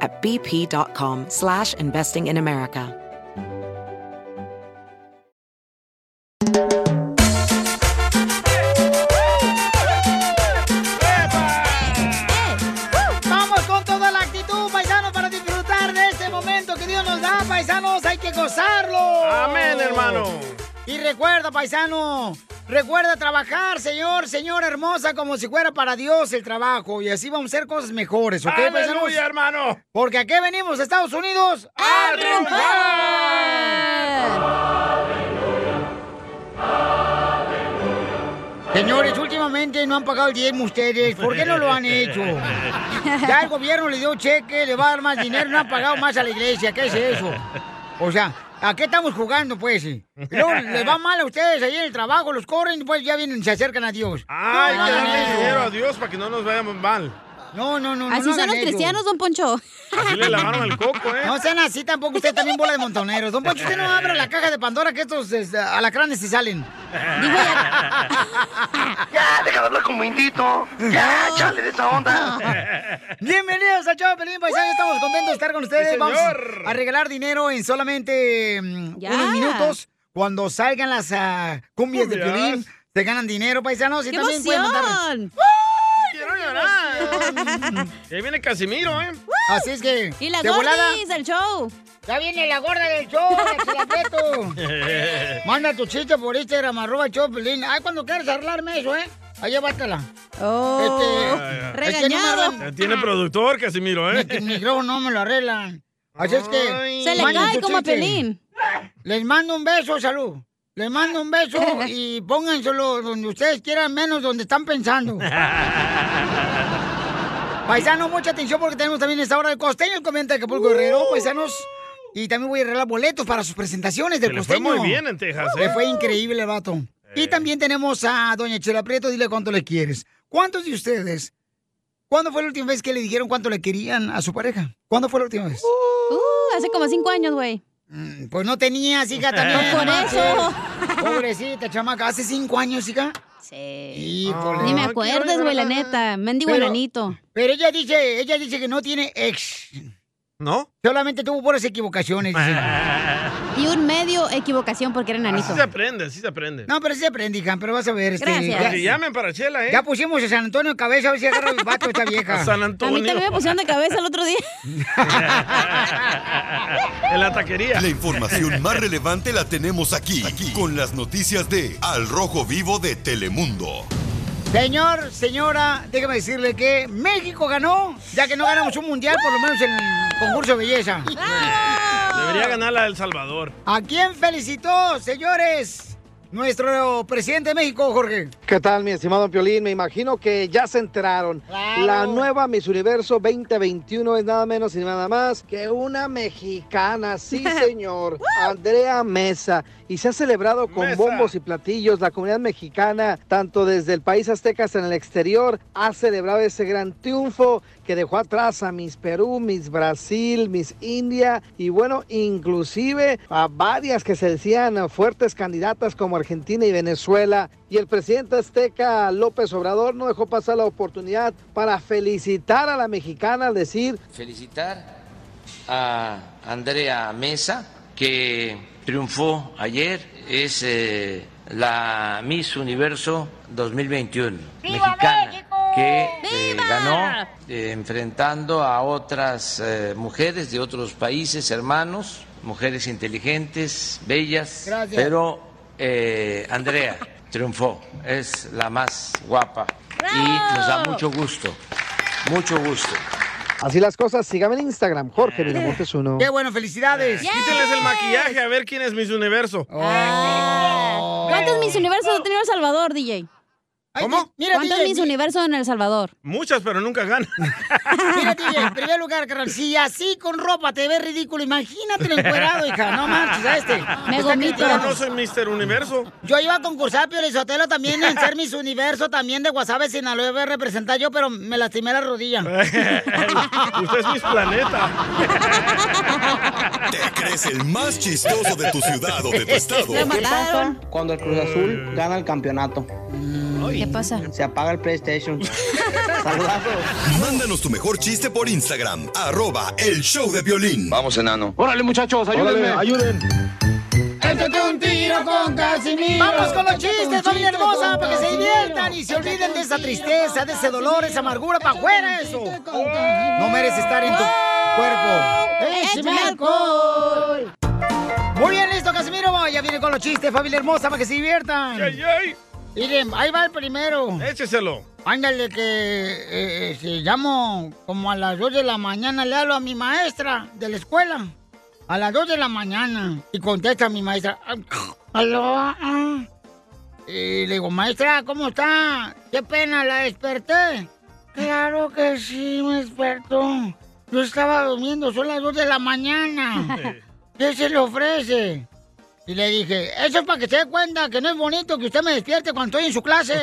at bp.com slash investing in America. Vamos con toda la actitud, paisanos, para disfrutar de este momento que Dios nos da, paisanos, hay que gozarlo. Amén, hermano. Y recuerda, paisano, recuerda trabajar, señor, señora hermosa, como si fuera para Dios el trabajo. Y así vamos a hacer cosas mejores, ¿ok, paisanos? ¡Aleluya, hermano! Porque aquí venimos, a Estados Unidos, a Señores, últimamente no han pagado el diezmo ustedes. ¿Por qué no lo han hecho? Ya el gobierno le dio cheque, le va a dar más dinero, no han pagado más a la iglesia. ¿Qué es eso? O sea, ¿a qué estamos jugando, pues? Y Luego les va mal a ustedes ahí en el trabajo, los corren y pues ya vienen, se acercan a Dios. Ay, No que hagan darle eso. dinero a Ah, Dios para que no nos vayamos mal. No, no, no. no, Así no son hagan los eso. cristianos, don Poncho. Así le lavaron el coco, ¿eh? No sean así tampoco, usted también bola de montoneros. Don Poncho, usted no abra la caja de Pandora que estos este, alacranes se salen. Ya, deja de hablar como indito. Ya, chale de esa onda. Bienvenidos a Chavo Pelín Paisano, estamos contentos de estar con ustedes. Sí, Vamos señor. a regalar dinero en solamente mm, Ya. unos minutos. Cuando salgan las ah, cumbias, de Cumbias. Piolín, se ganan dinero, paisanos. Y ¡Qué también pueden mandar- emoción! ¡Quiero llorar! Y ahí viene Casimiro, ¿eh? Así es que, Y la de volada, gordis del show. ya viene la gorda del show, la chilapeto. Manda tu chiste por Instagram, arroba Chavo Pelín. Ay, cuando quieras arreglarme eso, ¿eh? Ahí llévatela. Oh, Este, regañado. este Ya tiene productor, Casimiro, ¿eh? El micrófono no me lo arreglan. Así Pues es que... Ay. este. Se le manden cae su como a chiste. Ah, Pelín. Les mando un beso, salud. Les mando un beso y pónganselo donde ustedes quieran, menos donde están pensando. Paisanos, mucha atención porque tenemos también esta hora el costeño, el comediante de Acapulco Uh. Guerrero, paisanos. Y también voy a arreglar boletos para sus presentaciones Se del le fue costeño. muy bien en Texas, Le ¿eh? fue increíble el vato. Y también tenemos a doña Chela Prieto, dile cuánto le quieres. ¿Cuántos de ustedes? ¿Cuándo fue la última vez que le dijeron cuánto le querían a su pareja? ¿Cuándo fue la última vez? Uh, hace como cinco años, güey. Mm, Pues no tenías, hija, también. Por no manches. eso. Pobrecita, chamaca. Hace cinco años, hija. Sí. Híjole. Ni me Ah, acuerdes, quiero güey, la llorar. neta. Mendigo Pero- enanito. Pero ella dice, ella dice que no tiene ex. ¿No? Solamente tuvo puras equivocaciones. dice. Y un medio equivocación porque era Así enanito. se aprende, así se aprende. No, pero sí aprendí, hija, pero vas a ver. Este, Gracias. ya- Que llamen para Chela, ¿eh? Ya pues. pusimos a San Antonio en cabeza a ver si agarra el vato esta A vieja. San A mí Antonio. también me pusieron de cabeza el otro día. en la taquería. La información más relevante la tenemos aquí, aquí, con las noticias de Al Rojo Vivo de Telemundo. Señor, señora, déjame decirle que México ganó, ya que no ganamos un mundial, por lo menos en el concurso de belleza. Debería ganar la El Salvador. ¿A quién felicitó, señores? Nuestro presidente de México, Jorge. ¿Qué tal, mi estimado Piolín? Me imagino que ya se enteraron. Claro. La nueva Miss Universo 2021 es nada menos y nada más que una mexicana, sí señor, Andrea Mesa. Y se ha celebrado con Mesa. bombos y platillos. La comunidad mexicana, tanto desde el país azteca hasta en el exterior, ha celebrado ese gran triunfo que dejó atrás a Miss Perú, Miss Brasil, Miss India y bueno, inclusive a varias que se decían eh, fuertes candidatas como Argentina y Venezuela. Y el presidente azteca López Obrador no dejó pasar la oportunidad para felicitar a la mexicana, al decir, felicitar a Andrea Mesa, que triunfó ayer, es eh, la Miss Universo 2021 mexicana, que eh, ganó eh, enfrentando a otras eh, mujeres de otros países, hermanos, mujeres inteligentes, bellas, Gracias. pero eh, Andrea triunfó, es la más guapa y nos da mucho gusto, mucho gusto. Así las cosas, sígame en Instagram, Jorge Miramontes uno. Qué bueno, felicidades. Oh. Ah. Quítenles Ah, el maquillaje a ver quién es Miss Universo. ¿Cuántos Miss Universo ha tenido El Salvador, DJ? ¿Cómo? Mira, ¿Cuántos DJ, Miss Universo en El Salvador? Muchas, pero nunca gana. Mira, DJ, en primer lugar, carnal, si así con ropa te ves ridículo, imagínate el encuerado, hija. No manches, a Pues este. Me Está gomito. Pero criticando. no soy Mister Universo. Yo iba a concursar, Pio Lizotelo, también en ser Miss Universo, también de Guasave, Sinaloa, iba a representar yo, pero me lastimé la rodilla. Usted es Miss Planeta. ¿Te crees el más chistoso de tu ciudad o de tu estado? ¿Qué pasa? Cuando el Cruz Azul gana el campeonato, ¿Qué pasa? se apaga el PlayStation. Saludazos. Mándanos tu mejor chiste por Instagram, arroba el show de violín. Vamos, enano. Órale, muchachos, ayúdenme. ayuden. Échate un tiro con Casimiro. Vamos con los chistes, familia hermosa, para que se diviertan y se olviden de esa tristeza, de ese dolor, esa amargura, para afuera eso. No mereces estar en tu cuerpo. ¡Échame alcohol! Muy bien, listo, Casimiro. Ya viene con los chistes, familia hermosa, para que se diviertan. ¡Ay, ay! Miren, ahí va el primero. Écheselo. Ándale, que eh, eh, si llamo como a las 2 de la mañana, le hablo a mi maestra de la escuela. A las 2 de la mañana. Y contesta mi maestra. ¿Aló? ah". Y le digo, maestra, ¿cómo está? Qué pena, la desperté. Claro que sí, me despertó. Yo estaba durmiendo, son las 2 de la mañana. ¿Qué se le ofrece? Y le dije, eso es para que se dé cuenta que no es bonito que usted me despierte cuando estoy en su clase.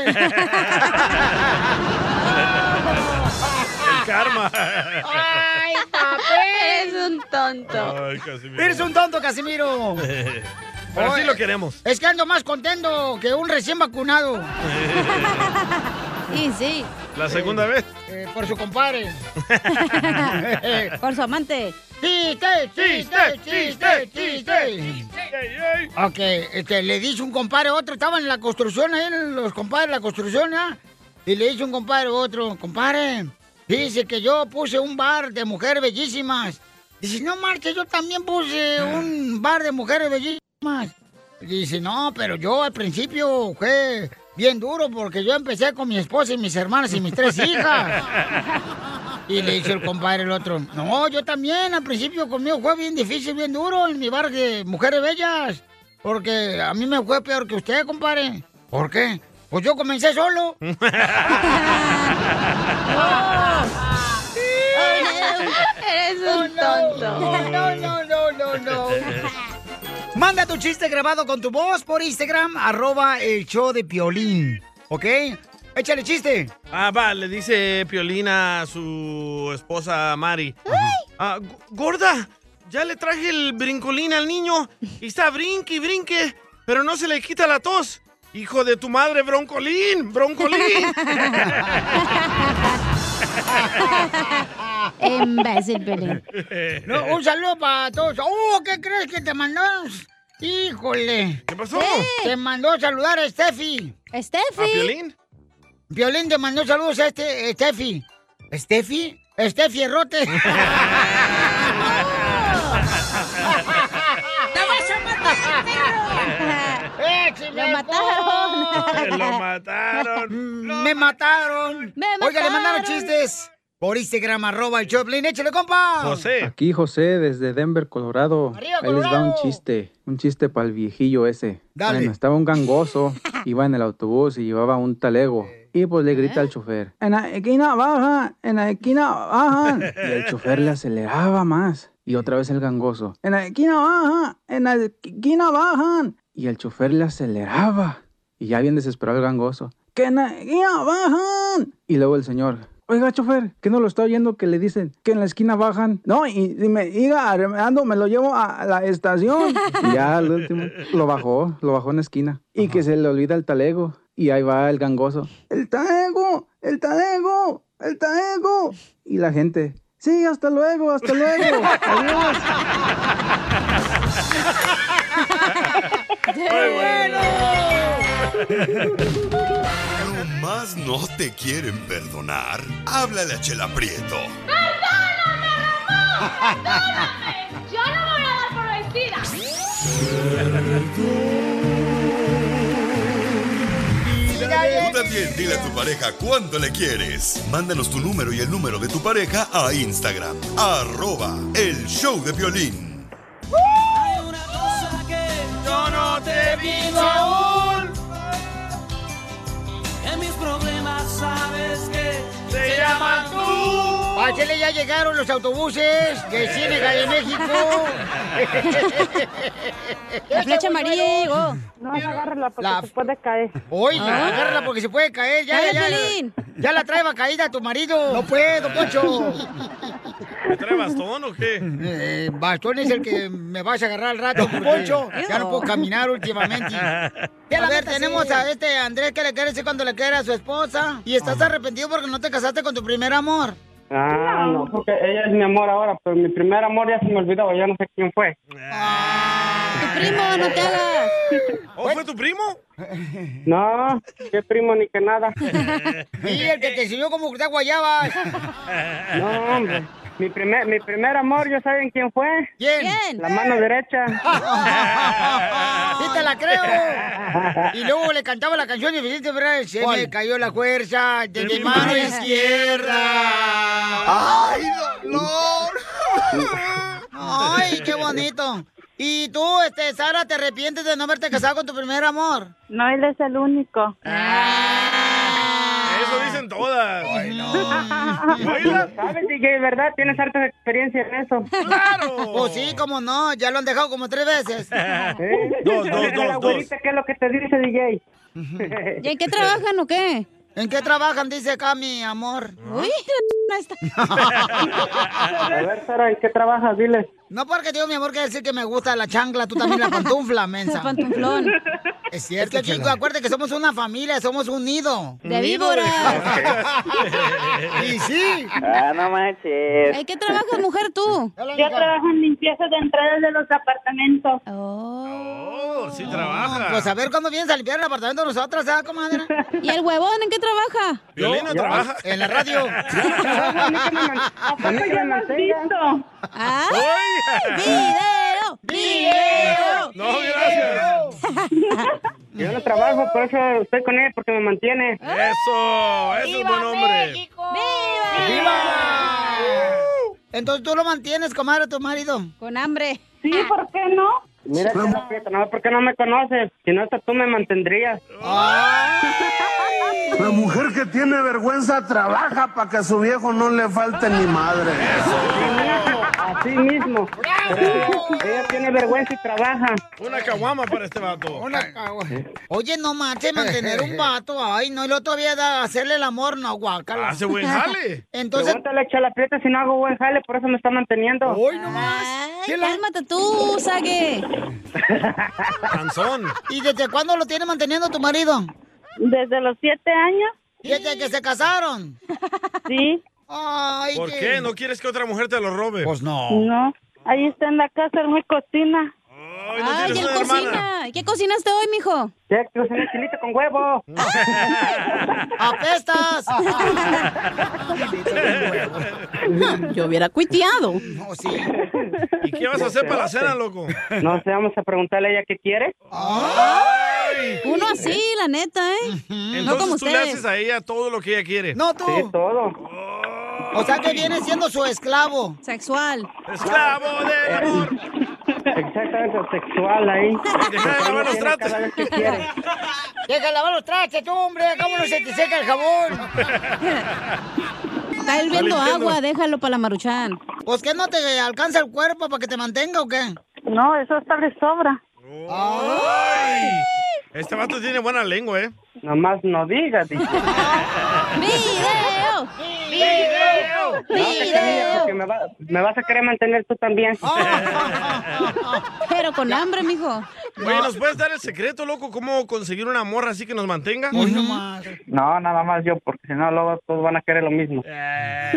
El karma. ¡Ay, papel! Eres un tonto. Ay, Casimiro. Eres un tonto, Casimiro. Pero sí lo queremos. Es que ando más contento que un recién vacunado Sí, sí. La segunda vez. eh, por su compadre. Por su amante. ¡Chiste, chiste, chiste, chiste! Ay, ay. Ok, este, le dice un compadre a otro, estaban en la construcción ahí, los compadres en la construcción, ¿ah? Y le dice un compadre a otro, compadre, dice que yo puse un bar de mujeres bellísimas. Dice, no marches, yo también puse un bar de mujeres bellísimas. Dice, no, pero yo al principio fue bien duro porque yo empecé con mi esposa y mis hermanas y mis tres hijas. Y le dice el compadre el otro, no, yo también, al principio conmigo fue bien difícil, bien duro en mi bar de mujeres bellas, porque a mí me fue peor que usted, compadre. ¿Por qué? Pues yo comencé solo. Eres un tonto. Oh, No, no, no, no, no. Manda tu chiste grabado con tu voz por Instagram, arroba el show de Piolín, ¿ok? Échale chiste. Ah, va, le dice Piolina a su esposa Mari. Ah, g- gorda, ya le traje el brincolín al niño y está brinque y brinque, pero no se le quita la tos. Hijo de tu madre, broncolín, broncolín. Imbécil, Pelín. No, un saludo para todos. ¡Oh, qué crees que te mandaron? Híjole, ¿Eh? ¿Qué pasó? te mandó a saludar a Steffi. ¿A Steffi. Piolín? Violín te mandó saludos a este Steffi. ¿Steffi? Steffi Errote. Lo mataron. Lo mataron. Me mataron. Me Oiga, le mataron. mandaron chistes. Por Instagram, arroba el Choplin. Échale, compa. José. Aquí José desde Denver, Colorado. Arriba, Ahí les va un Colorado. chiste, un chiste para el viejillo ese. Dale. Bueno, estaba un gangoso, iba en el autobús y llevaba un talego. Y pues le ¿Eh? grita al chofer, en la esquina baja, en la esquina baja. Y el chofer le aceleraba más. Y otra vez el gangoso, en la esquina baja, en la esquina bajan. Y el chofer le aceleraba. Y ya bien desesperado el gangoso. ¡Que en la esquina bajan! Y luego el señor. Oiga, chofer, que no lo está oyendo que le dicen que en la esquina bajan. No, y, y me diga, arremeando, me lo llevo a la estación. Y ya al último lo bajó, lo bajó en la esquina. Y que se le olvida el talego. Y ahí va el gangoso. ¡El talego! ¡El talego! ¡El talego! Y la gente. Sí, hasta luego, hasta luego. Adiós. Muy bueno. Lo Más no te quieren perdonar. Háblale a Chela Prieto. Yo no voy a dar por vencida. Tú también dile a tu pareja cuánto le quieres. Mándanos tu número y el número de tu pareja a Instagram. Arroba el show de violín. Yo no te pido aún. En mis problemas sabes que se llaman tú. Pásele, ya llegaron los autobuses de Cine de México. La flecha amarilla llegó. No, agárrala porque se puede caer. Oiga, Ah. agárrala porque se puede caer. Ya, Dale, ya, ya, Piolín. ya la trae caída tu marido. No puedo, Poncho. ¿Me trae bastón o qué? Bastón es el que me vas a agarrar al rato, Poncho. Ya no puedo caminar últimamente. a ver, tenemos a este Andrés que le quiere decir cuando le quiere a su esposa. Y estás arrepentido porque no te casaste con tu primer amor. Ah, no, porque ella es mi amor ahora, pero mi primer amor ya se me olvidó, ya no sé quién fue. Tu primo, no te hagas. ¿O fue tu primo? No, qué primo ni que nada. Y el que te sirvió como que te guayabas. No, hombre. Mi primer, mi primer amor, ¿ya saben quién fue? ¿Quién? La mano derecha. Sí te la creo. Y luego le cantaba la canción de Vicente Fernández. Se me cayó la fuerza de, mi mano izquierda. ¡Ay, dolor! ¡Ay, qué bonito! ¿Y tú, este, Sara, te arrepientes de no haberte casado con tu primer amor? No, él es el único. Eso dicen todas. ¿Sabes, DJ, verdad? Tienes harta experiencia en eso. ¡Claro! Pues sí, cómo no, ya lo han dejado como tres veces. Dos, dos, dos, ¿Eh? abuelita, ¿qué es lo que te dice, DJ? ¿Y en qué trabajan o qué? ¿En qué trabajan? Dice acá mi amor. ¿Ah? Uy, la está. A ver, Sara, ¿en qué trabajas? Diles. No porque digo mi amor quiere decir que me gusta la chancla, tú también la pantufla, mensa. Pantuflón. Es cierto, chico, acuérdate que somos una familia, somos un nido. De víboras. y sí. Ah, no manches. ¿En qué trabajas, mujer, tú? Yo trabajo en limpieza de entradas de los apartamentos. Oh, sí trabaja. Pues a ver cuándo vienes a limpiar el apartamento de nosotras, ¿ah, comadre? ¿Y el huevón en qué trabaja? Violina trabaja. En la radio. poco ya lo has visto? ¡Video! ¡Video! No, gracias. Yo no trabajo, por eso estoy con él, porque me mantiene. Eso, eso Ah, es buen hombre. ¡Viva! Entonces tú lo mantienes, comadre, a tu marido. Con hambre. Sí, ¿por qué no? Mira, Chela Prieto, no, ¿por qué no me conoces? Si no, hasta tú me mantendrías. La mujer que tiene vergüenza trabaja para que a su viejo no le falte ni madre. Así mismo. Ella tiene vergüenza y trabaja. Una caguama para este vato. Una Oye, no manches, mantener un vato, ay, no, y luego todavía da- hacerle el amor, no, guácala. Ah, Hace buen jale. Entonces, Pregúntale a Chela Prieto si no hago buen jale, por eso me está manteniendo. Hoy nomás. Ay, cálmate tú, Sague. Panzón. ¿y desde cuándo lo tiene manteniendo tu marido? Desde los siete años. ¿Desde que se casaron? Sí. Ay, ¿Por qué? ¿No quieres que otra mujer te lo robe? Mm. Pues No. Ahí está en la casa, él me cocina. Ay, él cocina. ¿Qué cocinaste hoy, mijo? Ya cociné chilito con huevo. ¡Apestas! Yo hubiera cuiteado. No, sí. ¿Y qué vas a hacer para la cena, loco? No sé, vamos a preguntarle a ella qué quiere. Uno así, la neta, ¿eh? no Entonces como tú le ustedes. haces a ella todo lo que ella quiere. No, tú. Sí, todo. O sea que viene siendo su esclavo. Sexual. Esclavo de amor. Exactamente, sexual ahí. Deja de lavar los tratos. Deja de lavar los trastes, tú, hombre. ¿Cómo no se te seca el jabón? Está hirviendo Limpiando. agua, déjalo para la maruchan. ¿Pues qué no te alcanza el cuerpo para que te mantenga o qué? No, eso hasta le sobra. Ay. Este vato tiene buena lengua, ¿eh? Nomás no digas, dice. ¡Video! ¡Video! No, que tenía, porque me, va- me vas a querer mantener tú también. Ah. Pero con hambre, mijo. Oye, ¿nos puedes dar el secreto, loco? ¿Cómo conseguir una morra así que nos mantenga? No, nada más yo, porque si no, luego todos van a querer lo mismo. Eh.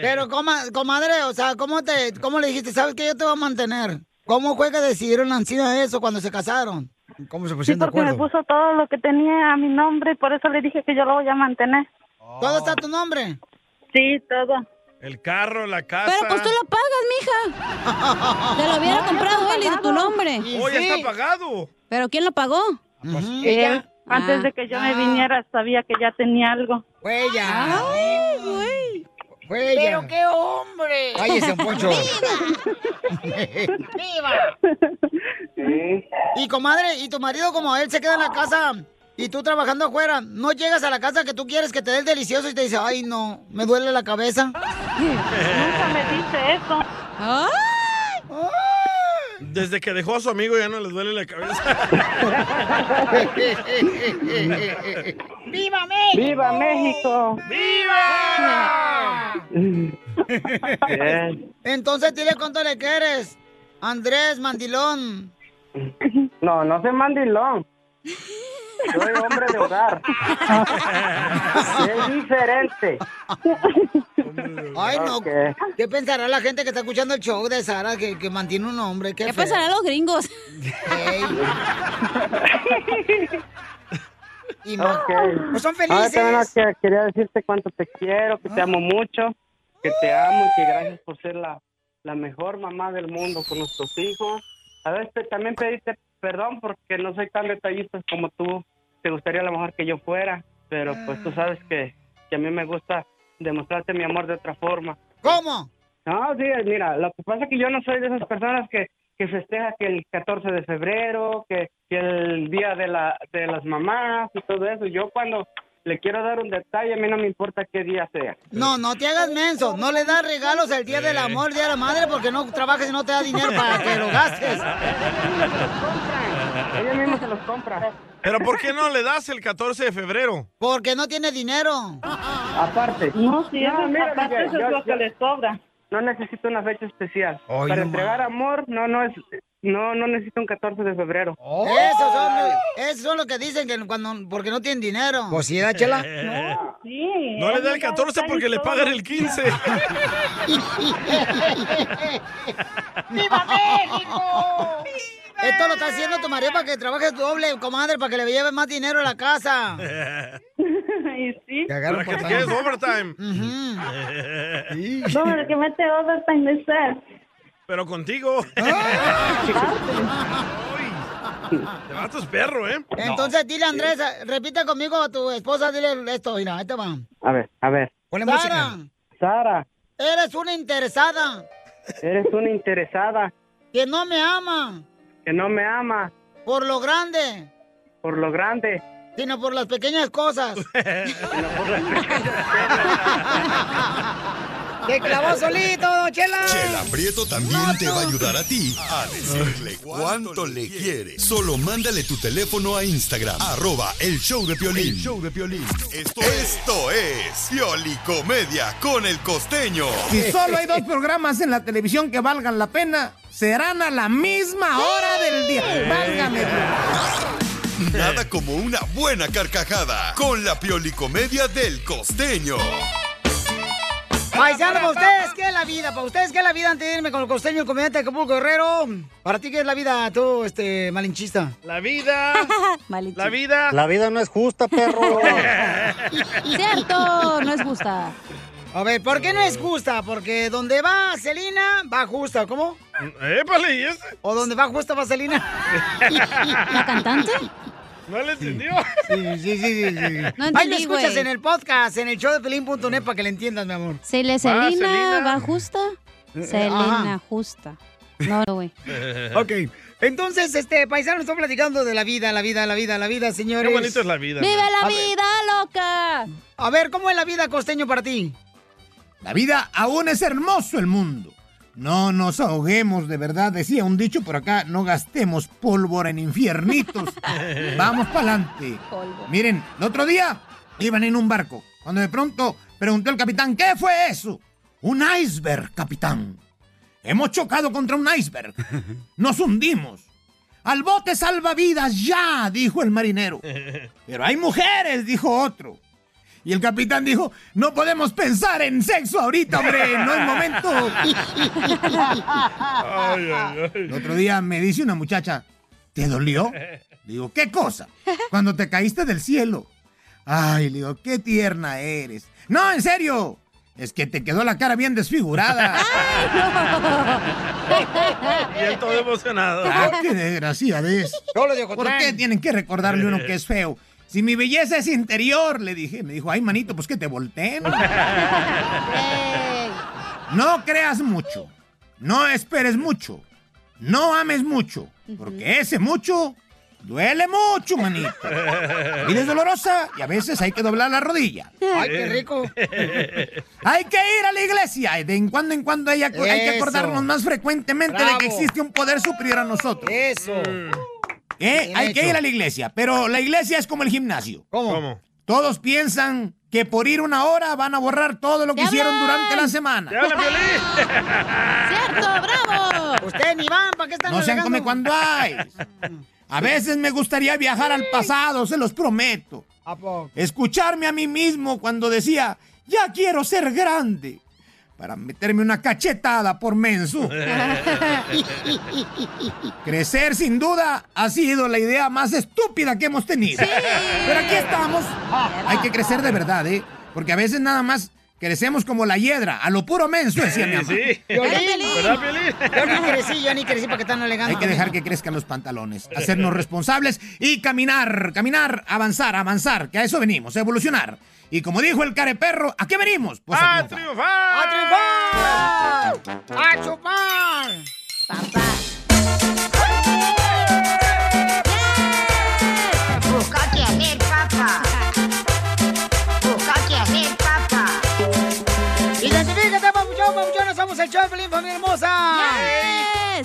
Pero, coma- comadre, o sea, ¿cómo, te, ¿cómo le dijiste? ¿Sabes que yo te voy a mantener? ¿Cómo fue que decidieron encima de eso cuando se casaron? ¿Cómo se Sí, pusieron Pues de porque me acuerdo? puso todo lo que tenía a mi nombre y por eso le dije que yo lo voy a mantener. Oh. ¿Todo está a tu nombre? Sí, todo. El carro, la casa. pues, lo pagas, mija. Te lo hubiera No, yo comprado no él y de tu pagaba. nombre. Oh, ya está pagado. ¿Pero quién lo pagó? Ella, Ah. Ah. antes de que yo me viniera, sabía que ya tenía algo. Fue ella. Ay, güey. Ah. Fue ella. Pero qué hombre. Cállese, don Poncho. ¡Viva! Y comadre, y tu marido como él se queda en la casa y tú trabajando afuera, no llegas a la casa que tú quieres que te dé el delicioso y te dice, ay no, me duele la cabeza. Nunca me dice eso. Desde que dejó a su amigo ya no les duele la cabeza. ¡Viva México! ¡Viva México! ¡Viva! Bien. Entonces dile cuánto le quieres. Andrés Mandilón. No, no se mandilón. Soy hombre de hogar. Es diferente. Ay, no. Ok. ¿Qué pensará la gente que está escuchando el show de Sara que, que mantiene un hombre? ¿Qué, ¿Qué pensarán los gringos? Y más. Ok. Pues son Ahora también felices. Ah. que- quería decirte cuánto te quiero, que te amo mucho, que te amo y que gracias por ser la, la mejor mamá del mundo con nuestros hijos. A veces también pediste perdón porque no soy tan detallista como tú. Te gustaría a lo mejor que yo fuera, pero pues Ah. tú sabes que, que a mí me gusta demostrarte mi amor de otra forma. ¿Cómo? No, sí, mira, lo que pasa es que yo no soy de esas personas que, que festeja que el 14 de febrero, que, que el día de, la, de las mamás y todo eso. Yo cuando le quiero dar un detalle, a mí no me importa qué día sea. No, no te hagas menso. No le das regalos el día del amor, el día de la madre, porque no trabajas y no te da dinero para que lo gastes. Ella misma se los compra. Pero ¿por qué no le das el 14 de febrero? Porque no tiene dinero. Aparte. No, sí, eso es mira, aparte, Miguel, eso es lo que les sobra. No necesito una fecha especial. Ay, Para no entregar amor, no, no es... No, no necesito un 14 de febrero. Oh. Esos son, Oh. esos son los que dicen que cuando porque no tienen dinero. Pues sí, ¿eh, Chela? No, sí. No le da el 14 porque le pagan el 15. ¡Viva México! Esto lo está haciendo tu marido para que trabajes doble, comadre, para que le lleve más dinero a la casa. y sí. Para que te quedes overtime. No, el que mete overtime es él. Pero contigo. Te vas tus perros, ¿eh? Entonces, dile, Andrés, repite conmigo a tu esposa, dile esto, mira, ahí te va. A ver, a ver. Sara, Sara, eres una interesada eres una interesada que no me ama que no me ama por lo grande, por lo grande. sino por las pequeñas cosas. Te clavó solito, don Chela. Chela Prieto también te va a ayudar a ti a decirle cuánto le quiere. Solo mándale tu teléfono a Instagram, arroba el show de Piolín. El Esto, esto es Piolicomedia con el costeño. Si solo hay dos programas en la televisión que valgan la pena, serán a la misma hora del día. Válgame. Nada como una buena carcajada con la Piolicomedia del costeño. Paisano, para ustedes, ¿qué es la vida? Para ustedes, ¿qué es la vida antes de irme con el costeño, el comediante de Acapulco Guerrero? Para ti, ¿qué es la vida, tú, este, malinchista? La vida. Malinchista. La vida. La vida no es justa, perro. Cierto, no es justa. A ver, ¿por qué no es justa? Porque donde va Celina, va justa, ¿cómo? Épale, ¿y ese? O donde va justa va Celina. ¿La cantante? No le entendió. Sí, sí, sí, sí. sí. No Ahí lo entendí, escuchas güey. en el podcast, en el show de pelín.net para que le entiendas, mi amor. Se le Selena, va justa. Selena, justa. No, no, güey. Ok, entonces, este, paisano, estamos platicando de la vida, la vida, la vida, la vida, señores. Qué bonito es la vida. ¡Vive la A ver, vida loca! A ver, ¿cómo es la vida, costeño, para ti? La vida aún es hermoso el mundo. No nos ahoguemos, de verdad, decía un dicho por acá, no gastemos pólvora en infiernitos. Vamos para adelante. Miren, el otro día iban en un barco, cuando de pronto preguntó el capitán, ¿qué fue eso? Un iceberg, capitán. Hemos chocado contra un iceberg. Nos hundimos. Al bote salvavidas, ya, dijo el marinero. Pero hay mujeres, dijo otro. Y el capitán dijo, no podemos pensar en sexo ahorita, hombre, no es momento. El otro día me dice una muchacha, ¿te dolió? Le digo, ¿qué cosa? Cuando te caíste del cielo. Ay, le digo, qué tierna eres. No, en serio. Es que te quedó la cara bien desfigurada. Y él todo emocionado. Ah, qué desgraciadez. ¿Por qué tienen que recordarle uno que es feo? Si mi belleza es interior, le dije. Me dijo, ay, manito, pues que te volteen. No creas mucho. No esperes mucho. No ames mucho. Porque ese mucho duele mucho, manito. La vida es dolorosa y a veces hay que doblar la rodilla. Ay, qué rico. Hay que ir a la iglesia. De en cuando en cuando hay, acu- hay que Eso. acordarnos más frecuentemente de Bravo. que existe un poder superior a nosotros. Eso. ¿Eh? Bien Hay que hecho. ir a la iglesia. Pero la iglesia es como el gimnasio. ¿Cómo? Todos piensan que por ir una hora van a borrar todo lo que hicieron durante la semana. ¡Cierto, bravo! Ustedes ni van, ¿para qué están No sean come alegando? cuando hay. A veces me gustaría viajar al pasado, se los prometo. ¿A poco? Escucharme a mí mismo cuando decía, ya quiero ser grande. Para meterme una cachetada por menso. Crecer sin duda ha sido la idea más estúpida que hemos tenido. Pero aquí estamos. Hay que crecer de verdad, ¿eh? Porque a veces nada más crecemos como la hiedra, a lo puro menso, decía mi mamá. Piolín. Yo ni crecí, yo ni crecí para que están alegando. Hay que dejar que crezcan los pantalones, hacernos responsables y caminar, caminar, avanzar, avanzar, que a eso venimos, a evolucionar. Y como dijo el careperro, ¿a qué venimos? Pues Ah, a triunfar. ¡A triunfar! ¡A chupar! ¡Papá! Busca que hacer, papá. Busca que hacer, papá. Identifícate, papuchón, papuchona. Somos el show de Pelín, familia hermosa.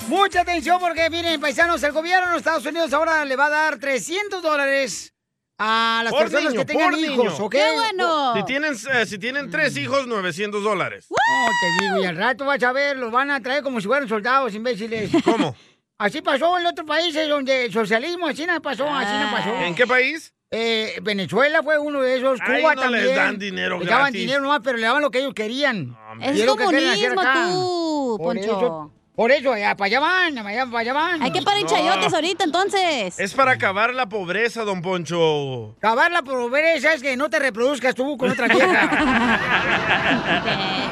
Mucha atención porque, miren, paisanos, el gobierno de Estados Unidos ahora le va a dar 300 dólares a las Por personas que niño, tengan por hijos, niño. ¿ok? Oh, Mm. Si tienen, eh, si tienen tres hijos, 900 dólares. No, oh, te digo, y al rato vas a ver, los van a traer como si fueran soldados, imbéciles. ¿Cómo? Así pasó en otros países donde el socialismo, así no pasó, así no pasó. ¿En qué país? Eh, Venezuela fue uno de esos, Ahí Cuba no les también. dan dinero Les daban gratis. dinero nomás, pero le daban lo que ellos querían. Hombre. Y Es lo que quieren hacer comunismo acá. tú, Poncho. Eso, por eso, allá, para allá van, allá, para allá van. Eh, Hay que parar en chayotes ahorita, entonces. Es Mm. para acabar la pobreza, don Poncho. Acabar la pobreza es eh, que no te reproduzcas tú con otra vieja.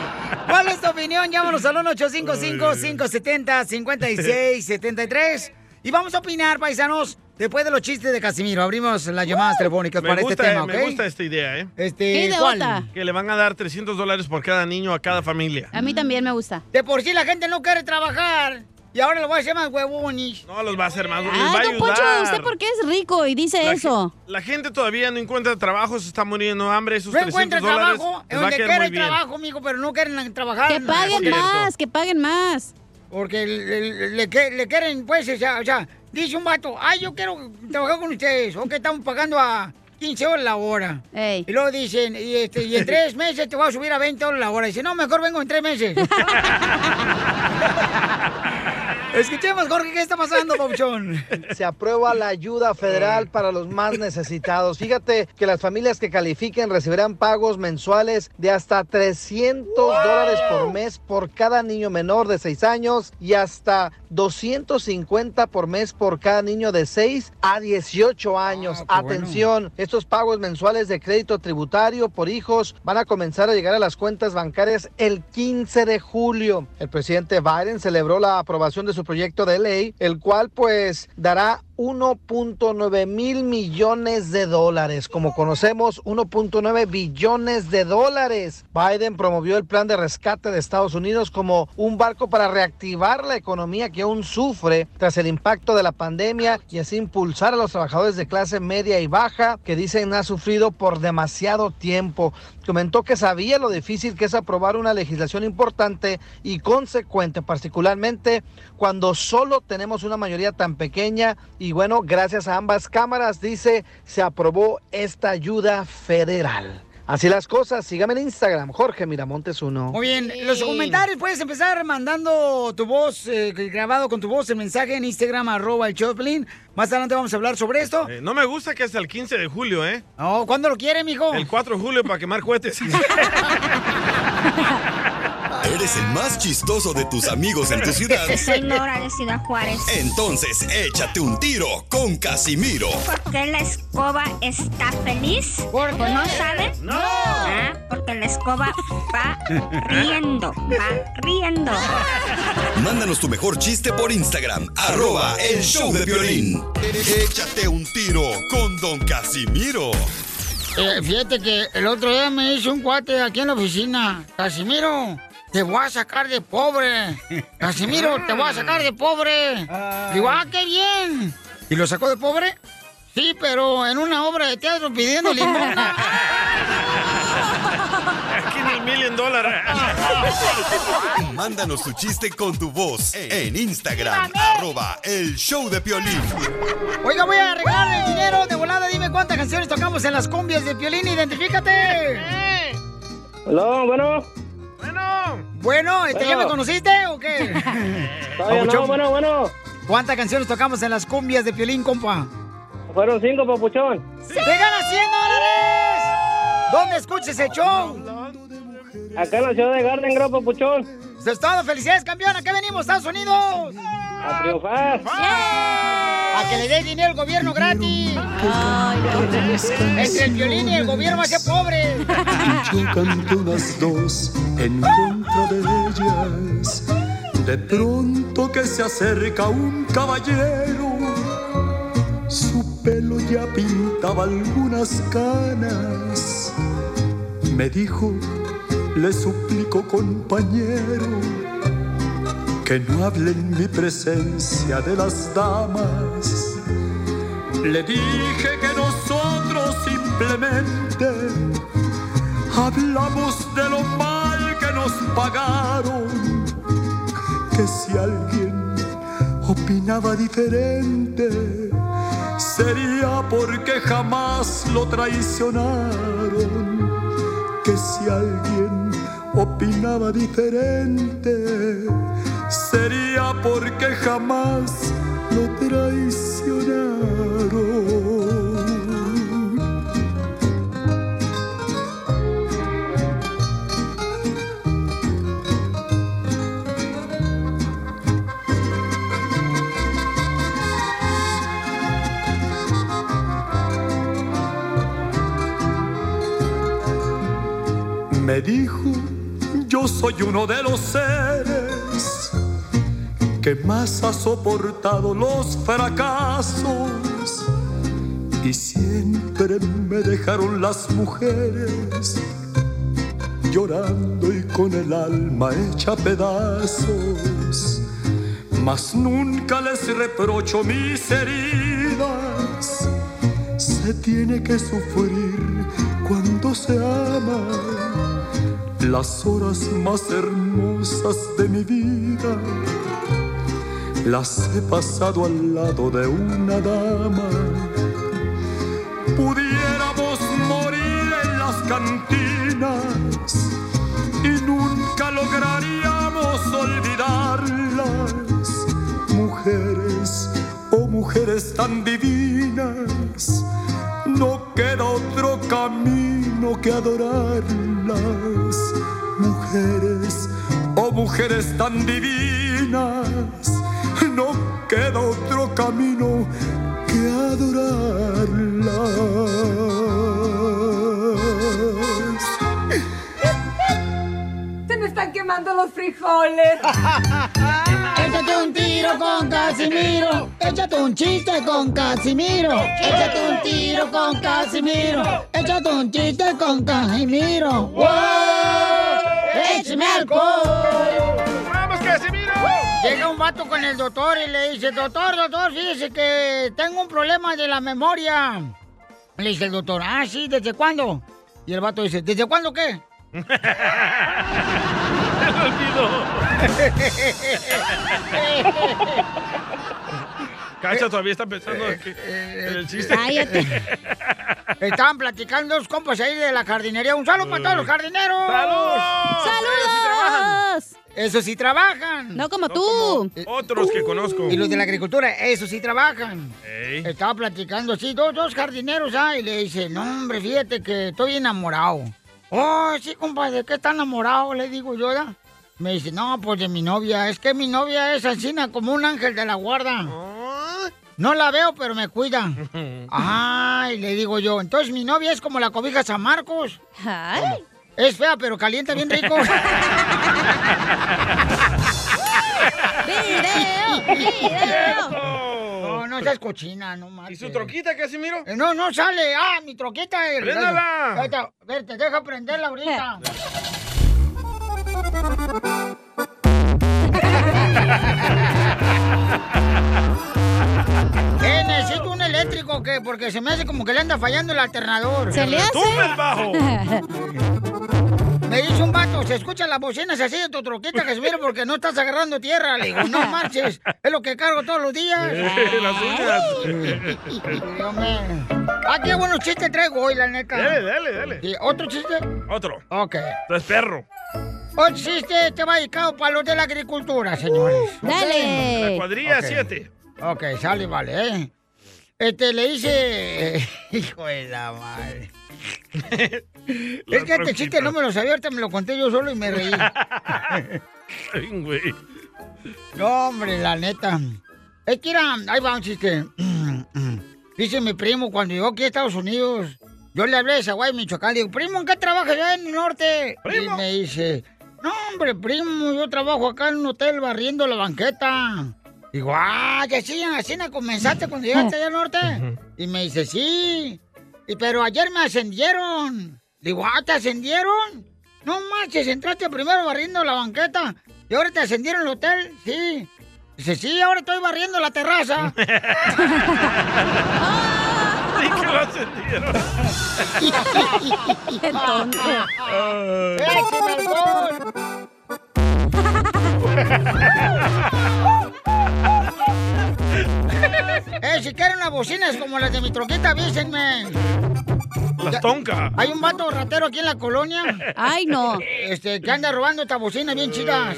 ¿Cuál es tu opinión? Llámanos al 1-855-570-5673. Y vamos a opinar, paisanos, después de los chistes de Casimiro. Abrimos las llamadas telefónicas Me para gusta, este tema, eh, ¿ok? me gusta esta idea, ¿eh? Este, ¿Qué idea ¿cuál? gusta? Que le van a dar 300 dólares por cada niño a cada familia. A mí también me gusta. Mm. De por sí la gente no quiere trabajar. Y ahora lo voy a hacer más huevones. No los va a hacer más, les va a Ay, don Poncho, ayudar. ¿usted por qué es rico y dice La eso? gen- La gente todavía no encuentra trabajo, se está muriendo de hambre. Esos No encuentra 300 dólares trabajo, les es va a donde quedar muy quieren bien. trabajo, mijo, pero no quieren trabajar. Que paguen Porque- más, que paguen más. Porque le, le- le que- le quieren, pues, o sea, o sea, dice un vato, ay, yo quiero trabajar con ustedes, o que estamos pagando a 15 horas la hora. Y luego dicen, y, este, y en tres meses te voy a subir a 20 dólares la hora. Dice, no, mejor vengo en tres meses. Escuchemos, Jorge, ¿qué está pasando, Pauchón? se aprueba la ayuda federal para los más necesitados. Fíjate que las familias que califiquen recibirán pagos mensuales de hasta 300 dólares por mes por cada niño menor de 6 años y hasta 250 por mes por cada niño de 6 a 18 años. bueno. Atención. Atención, estos pagos mensuales de crédito tributario por hijos van a comenzar a llegar a las cuentas bancarias el 15 de julio. El presidente Biden celebró la aprobación de su proyecto de ley, el cual pues dará 1.9 mil millones de dólares. Como conocemos, 1.9 billones de dólares. Biden promovió el plan de rescate de Estados Unidos como un barco para reactivar la economía que aún sufre tras el impacto de la pandemia y así impulsar a los trabajadores de clase media y baja que dicen ha sufrido por demasiado tiempo. Comentó que sabía lo difícil que es aprobar una legislación importante y consecuente, particularmente cuando solo tenemos una mayoría tan pequeña y bueno, gracias a ambas cámaras, dice, se aprobó esta ayuda federal. Así las cosas, sígame en Instagram, Jorge Miramontes 1. Muy bien, los comentarios puedes empezar mandando tu voz, eh, grabado con tu voz, el mensaje en Instagram, arroba el Choplin. Más adelante vamos a hablar sobre esto. Eh, no me gusta que hasta el 15 de julio, ¿eh? No, ¿cuándo lo quiere, mijo? El 4 de julio para quemar cohetes. Eres el más chistoso de tus amigos en tu ciudad. Eh, Soy Nora de Ciudad Juárez. Entonces, échate un tiro con Casimiro. ¿Por qué la escoba está feliz? ¿O no sabe? No. Ah, porque la escoba ¿Eh? va riendo, va riendo. Mándanos tu mejor chiste por Instagram, arroba el show de violín. Échate un tiro con Don Casimiro. Eh, fíjate que el otro día me hizo un cuate aquí en la oficina. Casimiro, te voy a sacar de pobre. Casimiro, te voy a sacar de pobre. Digo, ah, qué bien. ¿Y lo sacó de pobre? Sí, pero en una obra de teatro pidiendo limosna. Aquí no hay mil en dólares. Mándanos tu chiste con tu voz en Instagram, arroba el show de Piolín. Oiga, voy a regalar el dinero de volada. Dime cuántas canciones tocamos en las cumbias de Piolín. Identifícate. Hola, bueno. Bueno, este, ¿ya Bueno. me conociste o qué? Todavía no, Papuchón. bueno, bueno. ¿Cuántas canciones tocamos en las cumbias de Piolín, compa? Fueron cinco, papuchón. ¡Te ganas 100 dólares! ¿Dónde escuches el show? Acá en la ciudad de Garden Grove, papuchón. ¡Eso es todo! ¡Felicidades, campeón! ¡Acá venimos, Estados Unidos! ¡A triunfar! ¡A que le dé dinero al gobierno gratis! Entre el violín y el gobierno más que pobre. Chocan todas dos en contra de ellas. De pronto que se acerca un caballero, su pelo ya pintaba algunas canas. Me dijo, le suplico compañero, que no hable en mi presencia de las damas. Le dije que nosotros simplemente Hablamos de lo mal que nos pagaron, que si alguien opinaba diferente, sería porque jamás lo traicionaron, que si alguien opinaba diferente, sería porque jamás lo traicionaron. Me dijo, yo soy uno de los seres que más ha soportado los fracasos y siempre me dejaron las mujeres llorando y con el alma hecha pedazos. Mas nunca les reprocho mis heridas. Se tiene que sufrir cuando se ama las horas más hermosas de mi vida las he pasado al lado de una dama. Pudiéramos morir en las cantinas y nunca lograríamos olvidarlas. Mujeres, oh mujeres tan divinas, no queda otro camino que adorarlas. Mujeres, oh mujeres tan divinas, no queda otro camino que adorarlas. Se me están quemando los frijoles. Échate un tiro con Casimiro. Échate un chiste con Casimiro. Échate un tiro con Casimiro. Échate un chiste con Casimiro. ¡Wow! ¡Échame alcohol! ¡Vamos, Casimiro! Llega un vato con el doctor y le dice, doctor, doctor, fíjese que tengo un problema de la memoria. Le dice el doctor, ah, sí, ¿desde cuándo? Y el vato dice, ¿desde cuándo qué? Eh, Cacha todavía está pensando en que- en el chiste. Estaban platicando dos compas ahí de la jardinería. Un saludo para todos los jardineros. ¡Saludos! ¡Saludos! Esos sí trabajan. No como tú. Uh. Otros que conozco. Y los de la agricultura, esos sí trabajan. Ey. Estaba platicando así, dos, dos jardineros, ah, y le dice, no, hombre, fíjate que estoy enamorado. Oh, sí, compadre, ¿de qué está enamorado? Le digo yo, ¿ya? Me dice, no, pues de mi novia. Es que mi novia es asesina como un ángel de la guarda. Oh. No la veo, pero me cuida. Ay, le digo yo. Entonces mi novia es como la cobija San Marcos. Es fea, pero calienta bien rico. No, no seas cochina, no mames. ¿Y su troquita, Casimiro? Eh, No, no sale. Ah, mi troquita. eh, Préndala. ahí está. A ver, te deja prenderla ahorita. Eh, necesito un eléctrico que porque se me hace como que le anda fallando el alternador. Se le hace. Tumba el bajo. Me dice un vato, se escuchan las bocinas así de tu troquita, Casimiro, porque no estás agarrando tierra. Le digo, no marches, es lo que cargo todos los días. Las Dios mío. Ah, qué buenos chistes traigo hoy, la neta. Dale, dale, dale. Sí, ¿Otro chiste? Otro. Ok. Tú es perro. Otro chiste te va dedicado para los de la agricultura, señores. dale. La cuadrilla Ok. siete. Ok, sale, y vale, ¿eh? Este, le dice... Hijo de la madre. es que este chiste no me lo sabía, ahorita me lo conté yo solo y me reí. Ay, güey. No, hombre, la neta. Es que era, ahí va un chiste. Dice mi primo, cuando llegó aquí a Estados Unidos, yo le hablé de Saguay, Michoacán. Le digo, primo, ¿en qué trabajas allá en el norte? Y me dice, no, hombre, primo, yo trabajo acá en un hotel barriendo la banqueta. Digo, ah, que sí, así na comenzaste cuando llegaste allá al norte. Y me dice, sí. Y pero ayer me ascendieron. Digo, ah, ¿te ascendieron? No manches, entraste primero barriendo la banqueta. ¿Y ahora te ascendieron el hotel? Sí. Dice, sí, ahora estoy barriendo la terraza. Sí que lo ascendieron. Qué tonto. ¡Écheme el gol! Eh, si quieren unas bocinas como las de mi troqueta, avísenme. Las tonca. Hay un vato ratero aquí en la colonia. Ay, no. Este, que anda robando estas bocinas bien chidas.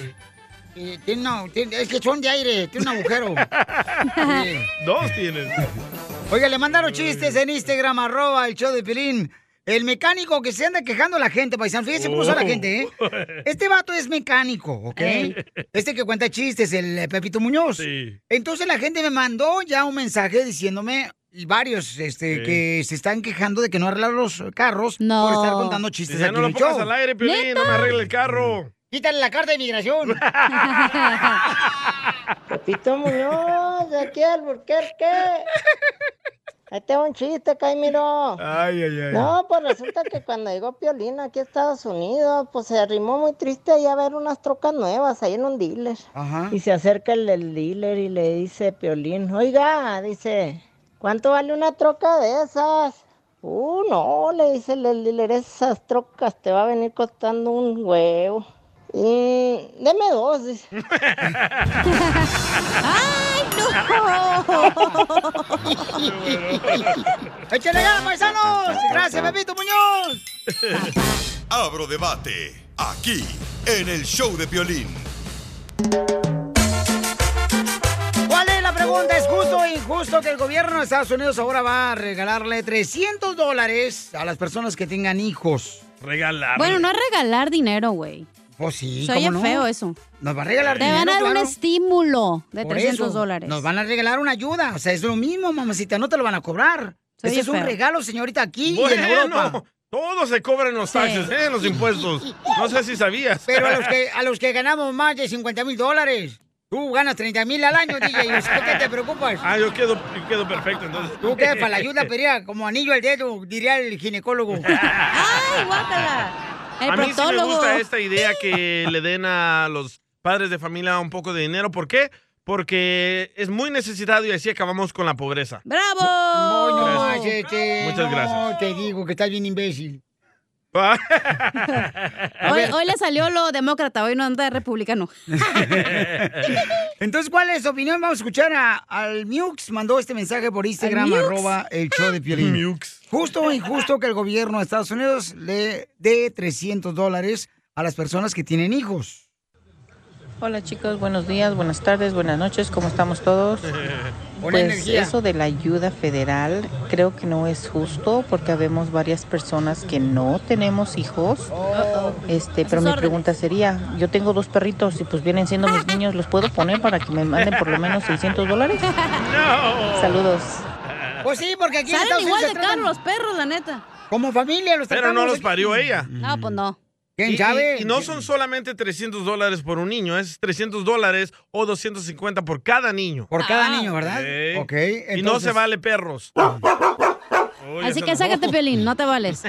Y tiene una- tiene- es que son de aire, tiene un agujero. Sí. Dos tienes. Oiga, le mandaron chistes en Instagram, arroba el show de Pilín. El mecánico que se anda quejando a la gente, paisano. Fíjense cómo son la Oh. gente, ¿eh? Este vato es mecánico, ¿ok? Ey. Este que cuenta chistes, el eh, Pepito Muñoz. Entonces la gente me mandó ya un mensaje diciéndome y varios este, Sí. que se están quejando de que no arreglan los carros por estar contando chistes Ya aquí no en lo el pongas show. Mm. al aire, Piolín, no me arregle el carro. Quítale la carta de migración. Pepito Muñoz, de aquí al Burquerque. Ahí te va un chiste, Caimiro. Ay, ay, ay. No, pues resulta que cuando llegó Piolín aquí a Estados Unidos, pues se arrimó muy triste ahí a ver unas trocas nuevas ahí en un dealer. Y se acerca el del dealer y le dice Piolín, oiga, dice, ¿cuánto vale una troca de esas? Uh, no, le dice el del dealer, esas trocas te va a venir costando un huevo. Mm, deme dos, dice. ¡Ay, no! ¡Échale ganas, paisanos! ¡Gracias, Pepito Muñoz! Abro debate aquí en el show de Piolín. ¿Cuál es la pregunta? ¿Es justo o injusto que el gobierno de Estados Unidos ahora va a regalarle 300 dólares a las personas que tengan hijos? Regalar. Bueno, no es regalar dinero, güey. Pues sí, Se oye ¿cómo no? feo eso. Nos va a regalar Te dinero, van a dar un claro. estímulo de Por 300 eso, dólares. Nos van a regalar una ayuda. O sea, es lo mismo, mamacita. No te lo van a cobrar. Ese Se oye es un feo. regalo, señorita, aquí y en Europa. Bueno, todos se cobran los taxes, ¿eh? Los impuestos. No sé si sabías. Pero a los que, a los que ganamos más de 50 mil dólares. Tú ganas 30 mil al año, DJ. ¿Por qué te preocupas? Ah, yo quedo, yo quedo perfecto, entonces. Tú que para la ayuda pedía como anillo al dedo, diría el ginecólogo. ¡Ay, guácala! El a mí sí me proctólogo. gusta esta idea que le den a los padres de familia un poco de dinero. ¿Por qué? Porque es muy necesitado y así acabamos con la pobreza. ¡Bravo! No, no Gracias. más, este, Muchas no, gracias. Ah. te digo que estás bien imbécil. Hoy, hoy le salió lo demócrata, hoy no anda de republicano. Entonces, ¿cuál es su opinión? Vamos a escuchar a, al Mux. Mandó este mensaje por Instagram, ¿Al Mux? arroba el show de Piolín. Justo o injusto que el gobierno de Estados Unidos le dé 300 dólares a las personas que tienen hijos. Hola chicos, buenos días, buenas tardes, buenas noches, ¿cómo estamos todos? Buena pues energía. eso de la ayuda federal creo que no es justo porque habemos varias personas que no tenemos hijos. Este, pero mi órdenes. pregunta sería, yo tengo dos perritos y pues vienen siendo mis niños, ¿los puedo poner para que me manden por lo menos 600 dólares? Saludos. Pues sí, porque aquí en Salen Estados igual Unidos de se caros tratan- los perros, la neta. Como familia los Pero no tratamos los aquí. parió ella. No, pues no. Y- y- Y, no son solamente 300 dólares por un niño, es 300 dólares o 250 por cada niño. Por cada niño, ¿verdad? Sí. Ok, Y no entonces- se vale perros. Así que sácate, Pelín, no te vales.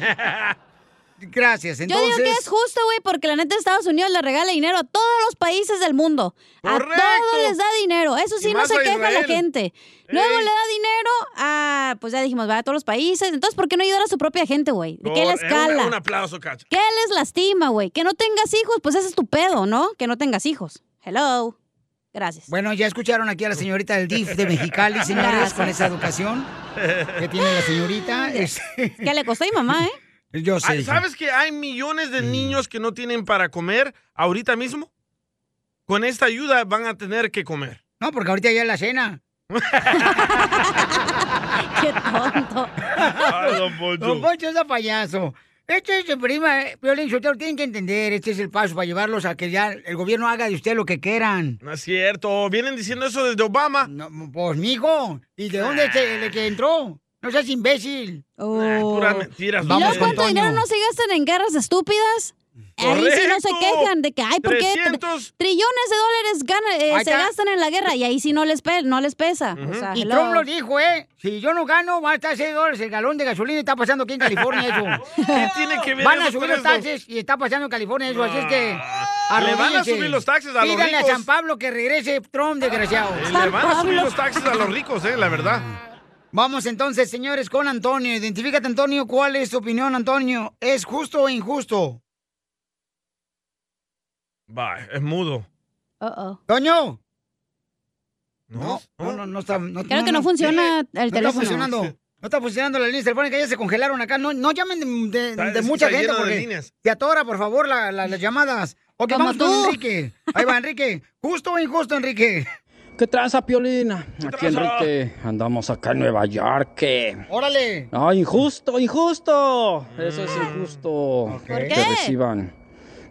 Gracias, Yo digo que entonces- es justo, güey, porque la neta Estados Unidos le regala dinero a todos los países del mundo. Correcto. A todos les da dinero. Eso sí, Y no más se a queja la Israel. gente. Luego le da dinero a, pues ya dijimos, va a todos los países. Entonces, ¿por qué no ayudar a su propia gente, güey? ¿De qué Por- les eh, cala? Un, un aplauso, Cacha. ¿Qué les lastima, güey? Que no tengas hijos, pues ese es tu pedo, ¿no? Que no tengas hijos. Hello. Gracias. Bueno, ya escucharon aquí a la señorita del DIF de Mexicali, señores, Gracias. con esa educación que tiene la señorita. Es- Que le costó a mi mamá, ¿eh? Yo sé. Ay, hija. Mm. ¿Sabes que hay millones de niños que no tienen para comer ahorita mismo? Con esta ayuda van a tener que comer. No, porque ahorita ya es la cena. Qué tonto. Ah, don Poncho. Don Poncho es un payaso. Este es su prima, eh, Piolín Sotelo, tienen que entender, este es el paso para llevarlos a que ya el gobierno haga de usted lo que quieran. No es cierto, vienen diciendo eso desde Obama. pues, mijo, ¿y de dónde se- de que entró? No seas imbécil. puras mentiras, Oh. ¿Y don luego Poncho. cuánto dinero no se gastan en guerras estúpidas? Ahí sí no se Correcto. quejan de que, ay, ¿por qué? tr- 300. Trillones de dólares gana- eh, Ahí se está. gastan en la guerra y ahí sí no les, pe- no les pesa. O sea, y hello. Trump lo dijo, ¿eh? Si yo no gano, va a estar 6 dólares el galón de gasolina. Está pasando aquí en California eso. ¿Qué tiene que ver Van a eso subir con los esto? taxes y está pasando en California eso. Así es que. Ah, le van a arrodíllense. subir los taxes a los Pídanle ricos. a San Pablo que regrese Trump, desgraciado. Eh, Le van a subir los taxes a los ricos, eh, la verdad. Vamos entonces, señores, con Antonio. Identifícate, Antonio. ¿Cuál es tu opinión, Antonio? ¿Es justo o injusto? Va, es mudo. Uh-oh. ¿Toño? No, no, no, no está. No, Creo que no funciona No el teléfono. está funcionando. No está funcionando la línea telefónica, ya se congelaron acá. No, no llamen de, de- Está- de es que mucha está gente lleno de porque líneas. te atora, por favor, la- la- las llamadas. Ok, Como vamos tú. con Enrique. Ahí va, Enrique. ¿Justo o injusto, Enrique? ¿Qué tranza, Piolina? Aquí Enrique, andamos acá en Nueva York. ¿qué? ¡Órale! Mm. ¡Ah, injusto, injusto! Eso es injusto. ¿Por Que qué? reciban.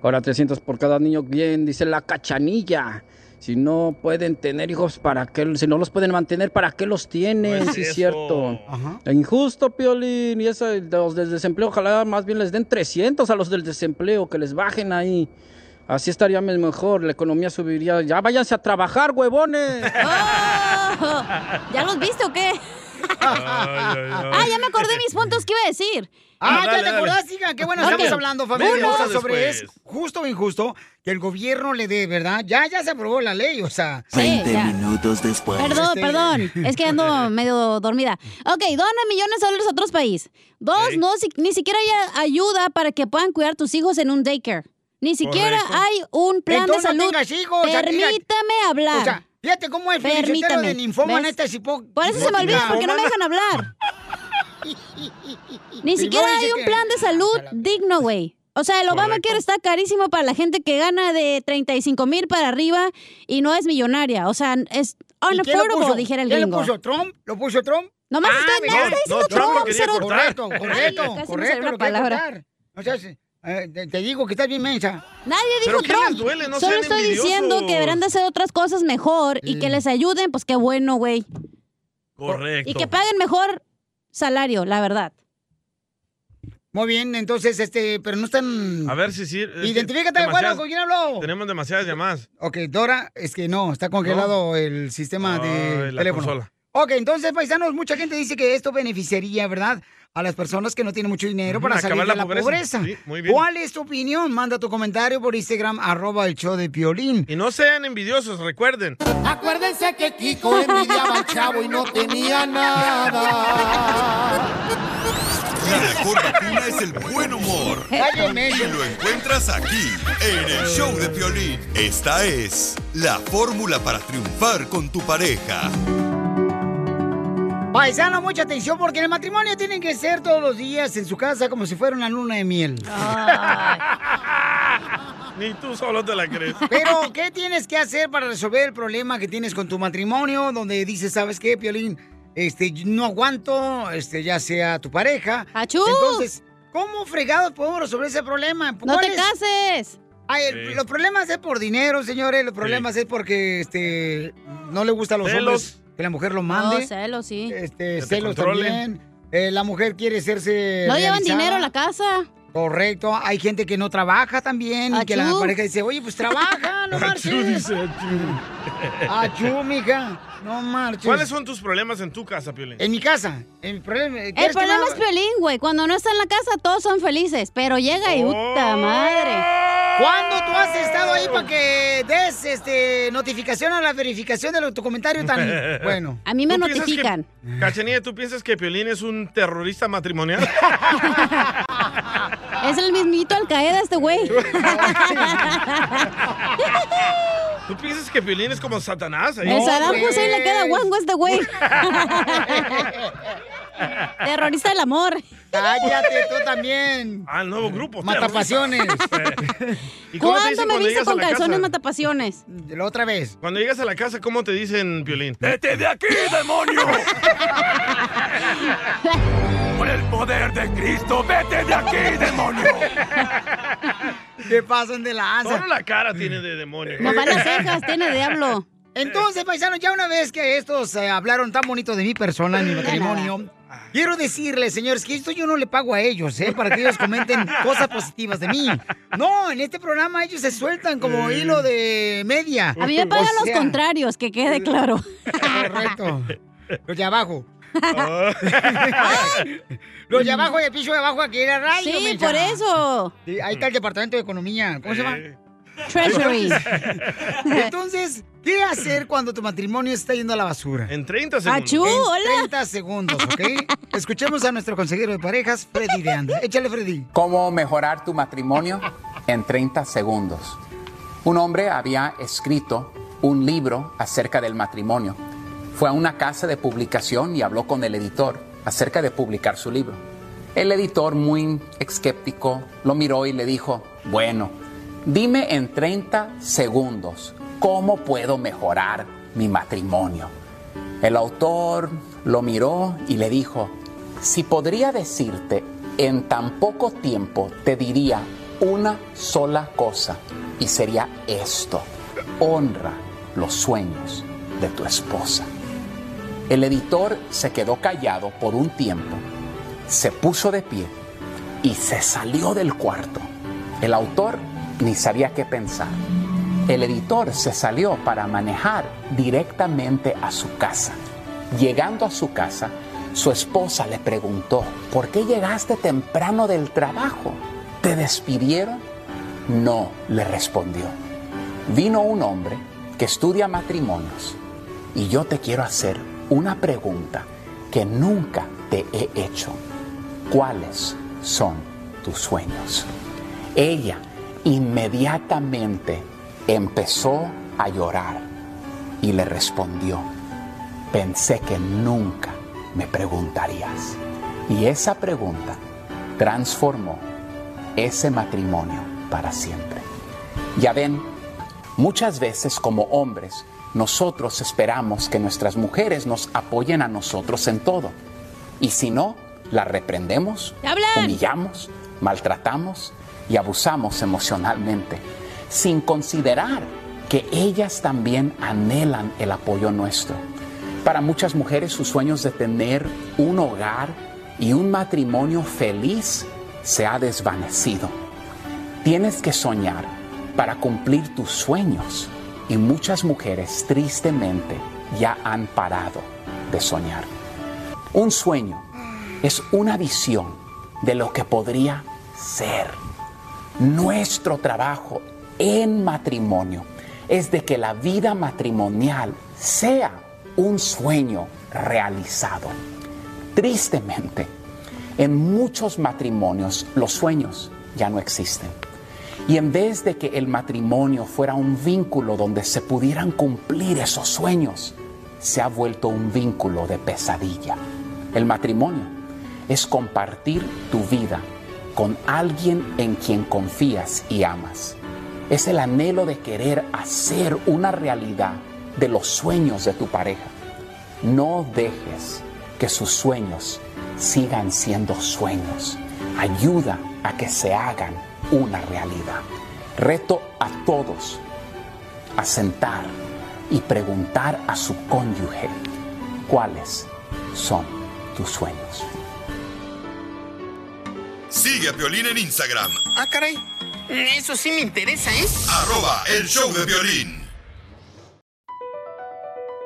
Ahora 300 por cada niño, bien, dice la cachanilla. Si no pueden tener hijos, ¿para qué? Si no los pueden mantener, ¿para qué los tienen? Pues No es sí, eso. es cierto. Injusto, Piolín. Y eso, los del desempleo, ojalá más bien les den 300 a los del desempleo, que les bajen ahí. Así estaría mejor, la economía subiría. Ya váyanse a trabajar, Oh, huevones. ¿Ya los viste o qué? Ah, ya me acordé mis puntos que iba a decir. Ah, ya te acordaste, hija. Qué bueno, Ok. estamos hablando, Uno. familia, hermosa, sobre Después. es justo o injusto que el gobierno le dé, ¿verdad? Ya, ya se aprobó la ley, o sea. 20 minutos después. Perdón, Este- perdón. Es que ando medio dormida. Ok, dona millones de dólares a otros países. Dos, no, si- ni siquiera hay ayuda para que puedan cuidar tus hijos en un daycare. Ni siquiera Correcto. hay un plan Entonces de no salud. tengas hijos, o sea, mira- Permítame hablar. O sea, fíjate cómo es Piolín Sotelo Permítame. de ninfoma, ¿Ves? neta, es hipo- Por eso se me olvida, porque no me dejan hablar. Ni Y siquiera luego hay dice un que- Ah, plan de salud digno, güey. O sea, el Obamacare está carísimo para la gente que gana de 35 mil para arriba y no es millonaria. O sea, ¿Y es quién lo puso? unaffordable, dijera el ¿Quién gringo. lo puso? ¿Trump? ¿Lo puso Trump? Ah, Nomás está- ¿ves? nada está diciendo Trump, cero- Correcto, Ay, correcto, casi no salió correcto. la lo quería palabra. cortar. O sea, se- eh, te, te digo que estás bien mensa. Nadie dijo Trump. Solo estoy diciendo que deberán de hacer otras cosas mejor y que les ayuden, pues qué bueno, güey. Correcto. Y que paguen mejor salario, la verdad. Muy bien, entonces, este, pero no están... A ver si sí. es que Identifícate, bueno, demasiadas- ¿con quién habló? Tenemos demasiadas llamadas. Ok, Dora, es que no, está congelado el sistema de Ay, la teléfono. consola. Ok, entonces, paisanos, mucha gente dice que esto beneficiaría, ¿verdad? A las personas que no tienen mucho dinero para Ujú, salir acabar de la la pobreza. pobreza. Sí, muy bien. ¿Cuál es tu opinión? Manda tu comentario por Instagram, arroba el show de Piolín. Y no sean envidiosos, Pues recuerden. Acuérdense que Kiko envidiaba al chavo y no tenía nada. La mejor vacuna es el buen humor. Cálleme. Y lo encuentras aquí, en el show de Piolín. Esta es la fórmula para triunfar con tu pareja. Paisano, mucha atención porque en el matrimonio tienen que ser todos los días en su casa como si fuera una luna de miel. Ni tú solo te la crees. Pero, ¿qué tienes que hacer para resolver el problema que tienes con tu matrimonio? Donde dices, ¿sabes qué, Piolín? Este, no aguanto, este, ya sea tu pareja. ¡Achú! Entonces, ¿cómo fregados podemos resolver ese problema? ¡No ¿Cuál te es? cases! Ay, el- los problemas es por dinero, señores. Los problemas es porque este no le gusta a los Celos. hombres que la mujer lo mande. No, celos, sí. Este, celos controlen. también. Eh, la mujer quiere hacerse. No llevan realizada. dinero a la casa. Correcto. Hay gente que no trabaja también y que la Achú. pareja dice, oye, pues trabaja, no marches. Achú, mija. No marches. ¿Cuáles son tus problemas en tu casa, Piolín? En mi casa. El problema, eh, El problema es Piolín, güey. Cuando no está en la casa, todos son felices. Pero llega y puta madre. ¿Cuándo tú has estado ahí para que des este, notificación a la verificación de lo- tu comentario tan bueno? ¿Tú piensas que- Cachanilla, ¿tú piensas que Piolín es un terrorista matrimonial? Es el mismito Al Qaeda este güey. ¿Tú piensas que Piolín es como Satanás? ahí? el Saddam Hussein le queda guango a este güey. Terrorista del amor. Cállate tú también. Al Ah, nuevo grupo. Matapasiones. ¿Y cómo te ¿Cuándo me dicen cuando viste llegas a con la calzones casa? matapasiones? La otra vez. Cuando llegas a la casa, ¿cómo te dicen, Piolín? ¡Vete de aquí, demonio! Por el poder de Cristo, vete de aquí, demonio. ¿Qué pasan de la asa? Solo la cara tiene de demonio. Papá las cejas, tiene diablo. Entonces, paisanos, ya una vez que estos eh, hablaron tan bonito de mi persona, en mi matrimonio, quiero decirles, señores, que esto yo no le pago a ellos, ¿eh? Para que ellos comenten cosas positivas de mí. No, en este programa ellos se sueltan como hilo de media. A mí me pagan O los sea, contrarios, que quede claro. Correcto. Los de abajo. Los de abajo y el piso de abajo aquí era radio. Sí, mensa. por eso. Eh. Sí, ahí está el Departamento de Economía. ¿Cómo se llama? Treasury. Entonces, ¿qué hacer cuando tu matrimonio está yendo a la basura? En 30 segundos. Achú, hola. En 30 segundos, ¿ok? Escuchemos a nuestro consejero de parejas, Freddy de Anda. Échale, Freddy. ¿Cómo mejorar tu matrimonio? En 30 segundos. Un hombre había escrito un libro acerca del matrimonio. Fue a una casa de publicación y habló con el editor acerca de publicar su libro. El editor, muy escéptico, lo miró y le dijo, bueno, dime en 30 segundos, ¿cómo puedo mejorar mi matrimonio? El autor lo miró y le dijo, si podría decirte en tan poco tiempo, te diría una sola cosa y sería esto, honra los sueños de tu esposa. El editor se quedó callado por un tiempo, se puso de pie y se salió del cuarto. El autor ni sabía qué pensar. El editor se salió para manejar directamente a su casa. Llegando a su casa, su esposa le preguntó, ¿por qué llegaste temprano del trabajo? ¿Te despidieron? No, le respondió. Vino un hombre que estudia matrimonios y yo te quiero hacer una pregunta que nunca te he hecho. ¿Cuáles son tus sueños? Ella inmediatamente empezó a llorar y le respondió, pensé que nunca me preguntarías. Y esa pregunta transformó ese matrimonio para siempre. Ya ven, muchas veces como hombres, nosotros esperamos que nuestras mujeres nos apoyen a nosotros en todo. Y si no, la reprendemos, humillamos, maltratamos y abusamos emocionalmente, sin considerar que ellas también anhelan el apoyo nuestro. Para muchas mujeres sus sueños de tener un hogar y un matrimonio feliz se ha desvanecido. Tienes que soñar para cumplir tus sueños. Y muchas mujeres tristemente ya han parado de soñar. Un sueño es una visión de lo que podría ser. Nuestro trabajo en matrimonio es de que la vida matrimonial sea un sueño realizado. Tristemente, en muchos matrimonios los sueños ya no existen. Y en vez de que el matrimonio fuera un vínculo donde se pudieran cumplir esos sueños, se ha vuelto un vínculo de pesadilla. El matrimonio es compartir tu vida con alguien en quien confías y amas. es el anhelo de querer hacer una realidad de los sueños de tu pareja. No dejes que sus sueños sigan siendo sueños. Ayuda a que se hagan una realidad. Reto a todos a sentar y preguntar a su cónyuge cuáles son tus sueños. Sigue a Piolín en Instagram. Ah, caray. Eso sí me interesa, ¿eh? Arroba el show de violín.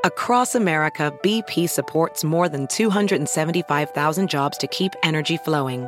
Across America, BP supports more than 275,000 jobs to keep energy flowing.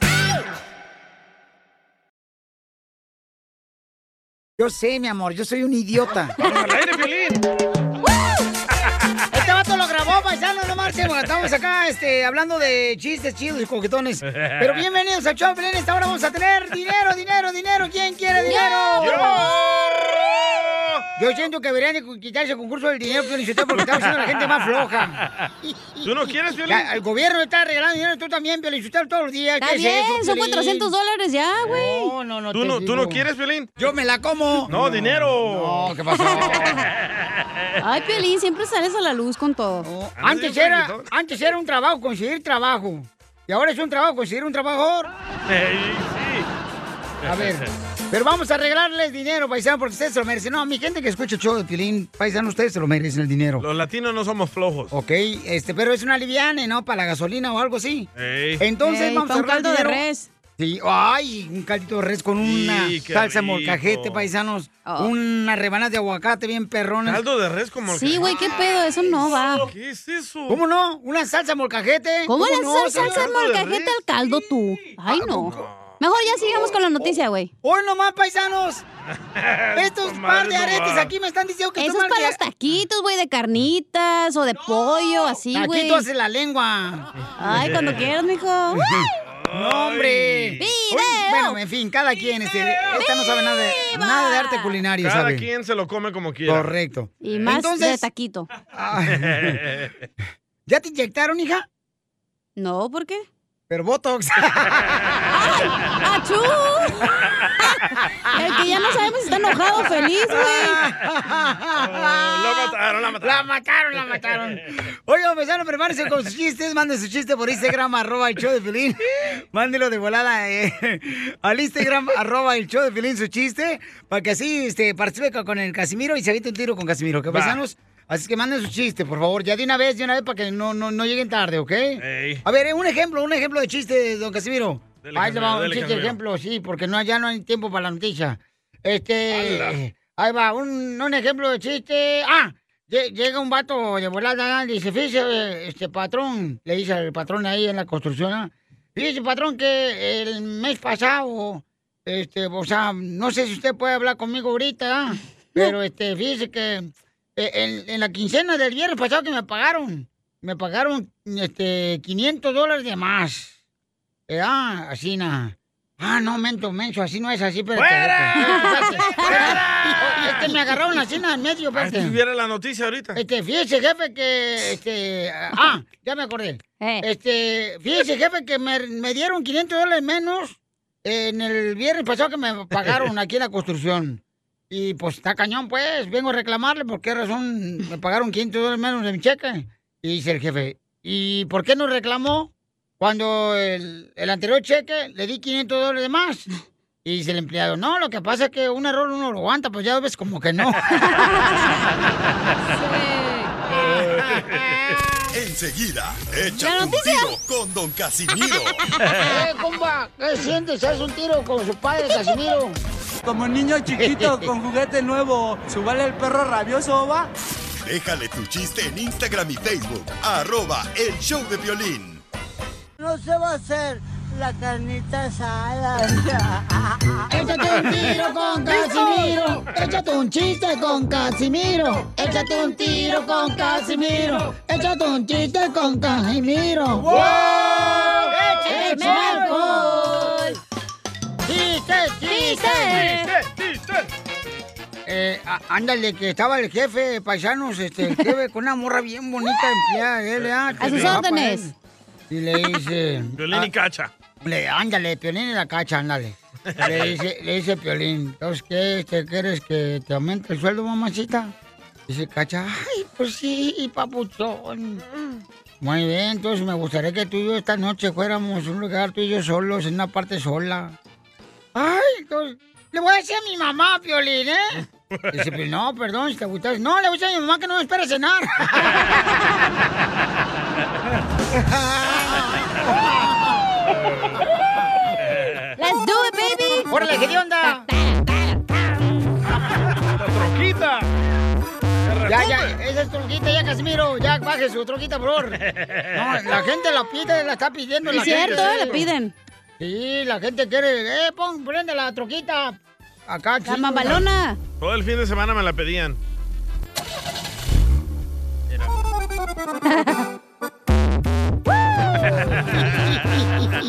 Yo sé, mi amor, yo soy un idiota. Este vato lo grabó, paisano, no marchen, porque estamos acá este, hablando de chistes chidos y coquetones. Pero bienvenidos al show, Belén, esta hora vamos a tener dinero, dinero, dinero. ¿Quién quiere dinero? ¡Yo! ¡Por favor! Yo siento que deberían de quitarse el concurso del dinero, Piolín, Sotelo, porque estamos haciendo a la gente más floja. ¿Tú no quieres, Piolín? Ya, El gobierno está regalando dinero, tú también, Piolín, Sotelo, todos los días. Está ¿Qué es bien, eso, son Piolín? 400 dólares ya, güey. No, no, no. ¿Tú te no, ¿Tú no digo. quieres, Piolín? Yo me la como. No, dinero. No, ¿qué pasó? Ay, Piolín, siempre sales a la luz con todo. Antes era, antes era un trabajo conseguir trabajo. Y ahora es un trabajo conseguir un trabajador. A ver. Pero vamos a arreglarles dinero, paisano, porque ustedes se lo merecen. No, mi gente que escucha el show de Pilín, paisano, ustedes se lo merecen el dinero. Los latinos no somos flojos. Ok, este, pero es una liviane, ¿no? Para la gasolina o algo así. Ey. Entonces Ey, vamos pa' a un arreglar caldo de dinero. res. Sí, ay, un caldito de res con una qué salsa rico. molcajete, paisanos. Oh. Una rebanada de aguacate bien perrona. Caldo de res como el Sí, güey, qué pedo, eso no va. ¿Qué es eso? ¿Cómo no? Una salsa molcajete. ¿Cómo le no, haces salsa señor? molcajete al caldo tú? Ay, no. Mejor ya sigamos con la noticia, güey. Hoy nomás, paisanos. Estos par de no aretes va. aquí me están diciendo que Eso son es para los taquitos, güey, de carnitas o de pollo, así, Aquí güey. tú haces la lengua. Ay, cuando quieras, mijo. No, hombre. ¡Video! Oye, Bueno, en fin, cada quien. Este, esta no sabe nada de, ¡Viva! nada de arte culinario, Cada ¿sabe? quien se lo come como quiera. Correcto. Y más de Entonces- taquito. Eh. ¿Ya te inyectaron, hija? No, ¿por qué? Pero Botox. ¡Achú! El que ya no sabemos si está enojado o feliz, güey. La Oh, mataron, la mataron. La mataron, la mataron. Oigan, paisano, prepárense con sus chistes. Manden su chiste por Instagram, arroba el show de Filín. Mándelo de volada eh, al Instagram, arroba el show de Filín, su chiste. Para que así este, participe con- con el Casimiro y se evite un tiro con Casimiro. ¿Qué Va. paisanos? Así que manden su chiste, por favor. Ya de una vez, de una vez, para que no, no, no lleguen tarde, ¿ok? Ey. A ver, eh, un ejemplo, un ejemplo de chiste, don Casimiro. Dele, Ahí le Casimiro, va un dele, chiste Casimiro. ejemplo, sí, porque no, ya no hay tiempo para la noticia. Este. ¡Hala! Ahí va, un, un ejemplo de chiste. Ah, lle- llega un vato de volada, dice, fíjese, este patrón, le dice al patrón ahí en la construcción, ah, fíjese, patrón, que el mes pasado, este, o sea, no sé si usted puede hablar conmigo ahorita, ah, pero este, fíjese que eh, en, en la quincena del viernes pasado que me pagaron, me pagaron este 500 dólares de más. Eh, ah, así nada. Ah, no, mento, menso, así no es así, pero. ¡Fuera! Es que me agarraron así nada en medio, pues, Ah, Si espérate. hubiera la noticia ahorita. Este, fíjese, jefe, que. Este. Ah, ya me acordé. Este, fíjese, jefe, que me, me dieron 500 dólares menos en el viernes pasado que me pagaron aquí en la construcción. Y pues está cañón, pues. Vengo a reclamarle por qué razón me pagaron 500 dólares menos de mi cheque. Y dice el jefe, ¿y por qué no reclamó cuando el, el anterior cheque le di 500 dólares de más? Y dice el empleado, no, lo que pasa es Eh, que un error uno lo aguanta, pues ya ves como que no. Enseguida, La échate un noticia. tiro con Don Casimiro. Eh, compa, ¿qué sientes? ¿Haz un tiro con su padre, Casimiro? Como niño chiquito con juguete nuevo, ¿subale el perro rabioso, va? Déjale tu chiste en Instagram y Facebook. Arroba El Show de Violín. No se va a hacer la carnita asada. Échate un tiro con Casimiro. Échate un chiste con Casimiro. Échate un tiro con Casimiro. Échate un chiste con Casimiro. ¡Wow! ¡Écheme alcohol! ¡Chiste, chiste! Eh, á- ándale, que estaba el jefe de paisanos, este, el jefe con una morra bien bonita empleada. de él, ah, que A sus trabaja para órdenes. él. Y le dice... Violín y ah, cacha. le, ándale, Piolín y la cacha, ándale. Le dice, le dice Piolín, ¿entonces qué? Este, ¿Quieres que te aumente el sueldo, mamacita? Dice Cacha, ay, pues sí, papuchón. Muy bien, entonces me gustaría que tú y yo esta noche fuéramos a un lugar tú y yo solos, en una parte sola. Ay, entonces, le voy a decir a mi mamá, Piolín, ¿eh? Dice, pues no, perdón, si te gustas. No, le voy a decir a mi mamá que no me espere a cenar. Let's do it, baby. ¡Órale, qué onda! ¡La troquita! Ya, ya, esa es troquita, ya, Casimiro. Ya, baje su troquita, por favor. No, la gente la pide, la está pidiendo. Es la cierto, gente, la sí. piden. Sí, la gente quiere. Eh, pon, prende la troquita. Acá, chico. Todo el fin de semana me la pedían.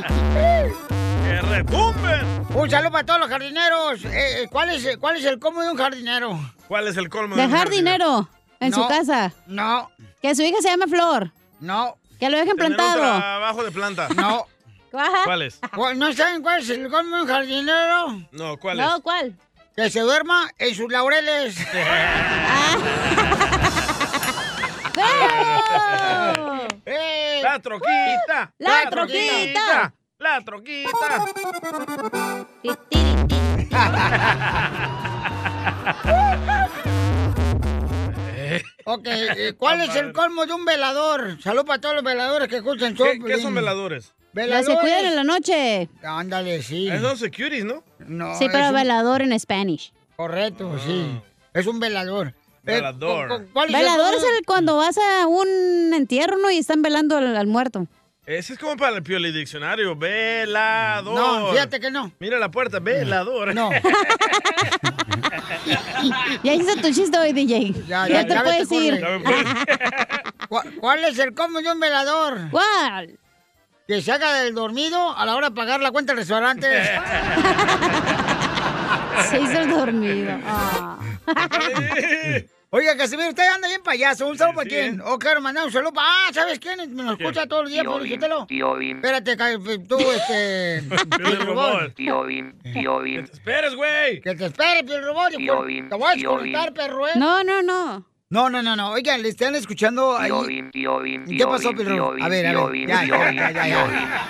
¡Que retumben! Un saludo para todos los jardineros. Eh, eh, ¿cuál, es, ¿Cuál es el colmo de un jardinero? ¿Cuál es el colmo? de un Dejar dinero en No, su casa. No. Que su hija se llame Flor. No. Que lo dejen Tener un plantado. trabajo de planta. No. ¿Cuál es? ¿Cuál- ¿No saben cuál es el colmo de un jardinero? No, ¿cuál es? ¿cuál? Que se duerma en sus laureles. ¡La troquita! ¡La troquita! ¡La troquita! Ok, eh, ¿cuál es el colmo de un velador? Salud para todos los veladores que escuchan show, ¿Qué, qué Piolín. son veladores? Las que cuidan en la noche. Ándale, sí. Son securities, ¿no? No, Sí, pero es un- velador en Spanish. Correcto, sí. Es un velador. Eh, Velador. ¿cu- cu- cuál es el Velador es colmo? el cuando vas a un entierro ¿no? y están velando al, al muerto. Ese es como para el Pioli Diccionario. Velador. No, fíjate que no. Mira la puerta, velador. No. Ya hice tu chiste hoy, DJ. Ya, ya, te ya vete, puedes ir. corre. ¿Cu- ¿Cuál es el colmo de un velador? ¿Cuál? Que se haga del dormido a la hora de pagar la cuenta del restaurante. Se hizo el dormido. Ah. Oiga, Casimiro, usted anda bien payaso. ¿Un saludo para quién? Oh, claro, mandar un saludo. pa- Ah, ¿sabes quién? es? Me lo ¿Quién? escucha todos los días, ¿eh? Tío Bim, felicítelo. tío Bim. Espérate, ca- tú, este... Piolín Robot. Tío Bim, tío Bim. esperes, güey! Que te espere, Piel Robot. Tío hijo. Bim, Te voy a tío Bim. desconectar, perro, ¿eh? No, no, no. No, no, no, no. Oigan, le están escuchando ahí. Tío Bim, tío Bim, ¿Qué tío pasó, Bim, Pedro? tío Bim, A ver, a tío ver, Bim, ya, tío ya, Bim, ya, ya,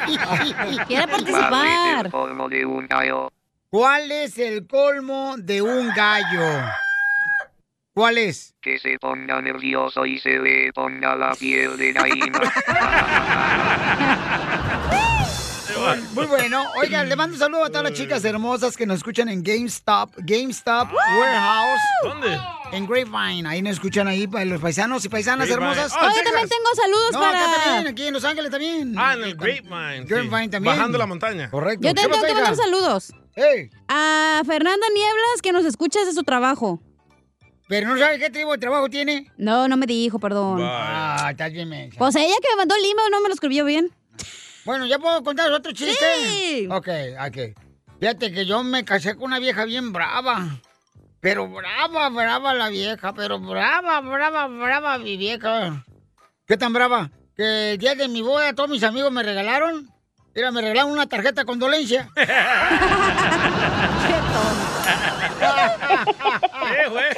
tío Bim. Quiere ¿Cuál es participar. el colmo de un gallo? ¿Cuál es el colmo de un gallo? ¿Cuál es? Que se ponga nervioso y se le ponga la piel de gallina. Muy bueno. Oigan, le mando un saludo a todas las chicas hermosas que nos escuchan en GameStop, GameStop Warehouse. ¿Dónde? En Grapevine. Ahí nos escuchan ahí pa- los paisanos y paisanas Grapevine. hermosas. Ah, Oye, Texas. también tengo saludos no, para- acá también, aquí en Los Ángeles también. Ah, en el Grapevine. sí. Grapevine también. Bajando la montaña. Correcto. Yo te tengo que mandar saludos. A Fernanda Nieblas, que nos escucha desde su trabajo. Pero no sabe qué tipo de trabajo tiene. No, no me dijo, perdón. Ah, estás bien mensa. Pues ella que me mandó el email no me lo escribió bien. Bueno, ¿ya puedo contar otro chiste? Sí. Ok, ok. Fíjate que yo me casé con una vieja bien brava. Pero brava, brava la vieja. Pero brava, brava, brava mi vieja. ¿Qué tan brava? Que el día de mi boda todos mis amigos me regalaron. Mira, me regalaron una tarjeta condolencia. ¡Eh, güey!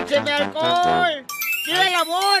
¡Écheme alcohol! ¡Viva el amor!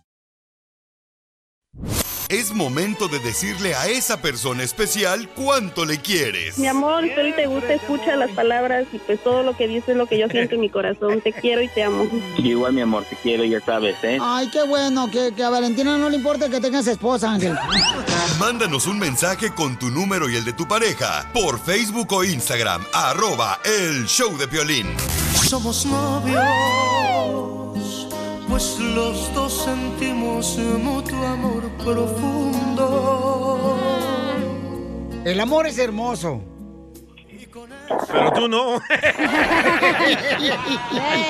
Es momento de decirle a esa persona especial cuánto le quieres. Mi amor, si él te gusta, escucha las palabras y pues todo lo que dices es lo que yo siento en mi corazón. Te quiero y te amo. Igual, mi amor, te quiero, ya sabes, ¿eh? Ay, qué bueno, que, que a Valentina no le importa que tengas esposa, Ángel. Mándanos un mensaje con tu número y el de tu pareja por Facebook o Instagram, arroba el show de violín. Somos novios, pues los dos sentimos mutuo amor profundo. El amor es hermoso. Pero tú no. Eh,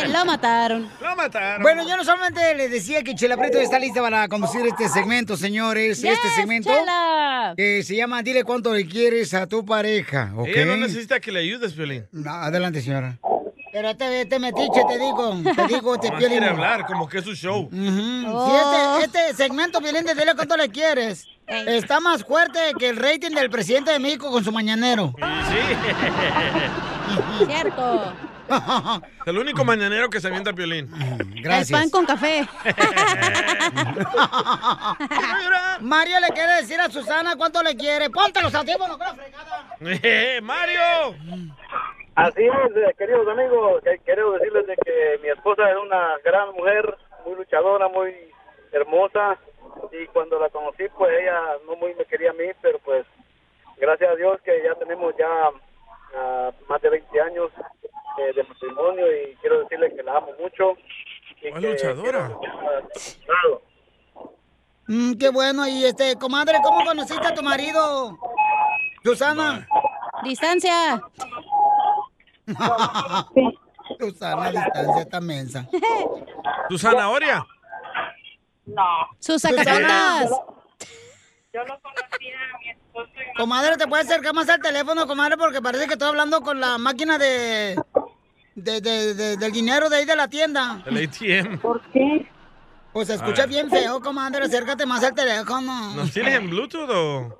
lo mataron. Lo mataron. Bueno, yo no solamente les decía que Chela Prieto está lista para conducir este segmento, señores. Yes, este segmento Chela. que se llama Dile cuánto le quieres a tu pareja, ¿ok? Ella no necesita que le ayudes, Violín. No, adelante, señora. Pero este, este metiche, te digo, te digo, este te Nomás pierde. quiere hablar, como que es su show. Oh. Sí, este, este segmento, Violín, de Dile cuánto le quieres. Está más fuerte que el rating del presidente de México con su mañanero. Cierto. El único mañanero que se avienta Piolín. El pan con café. Mario le quiere decir a Susana cuánto le quiere. Ponte los audífonos, con la fregada. ¡Mario! Así es, eh, queridos amigos, que- quiero decirles de que mi esposa es una gran mujer, muy luchadora, muy hermosa y cuando la conocí pues ella no muy me quería a mí, pero pues gracias a Dios que ya tenemos ya ah, más de 20 años eh, de matrimonio y quiero decirle que la amo mucho. Y ¿Cuál que luchadora? quiero estar acostumbrado. Mm, qué bueno. Y este, comadre, ¿cómo conociste a tu marido? Susana. Distancia. Susana, distancia esta mensa. ¿Tu zanahoria? No. Sus sacarotas. Yo lo conocí a mi esposo y Comadre, ¿te puedes acercar más al teléfono, comadre? Porque parece que estoy hablando con la máquina de... de- de- de- del dinero de ahí de la tienda. El ATM. ¿Por qué? Pues se A escucha ver. bien feo, comadre. Acércate más al teléfono. ¿Nos tienes en Bluetooth o...?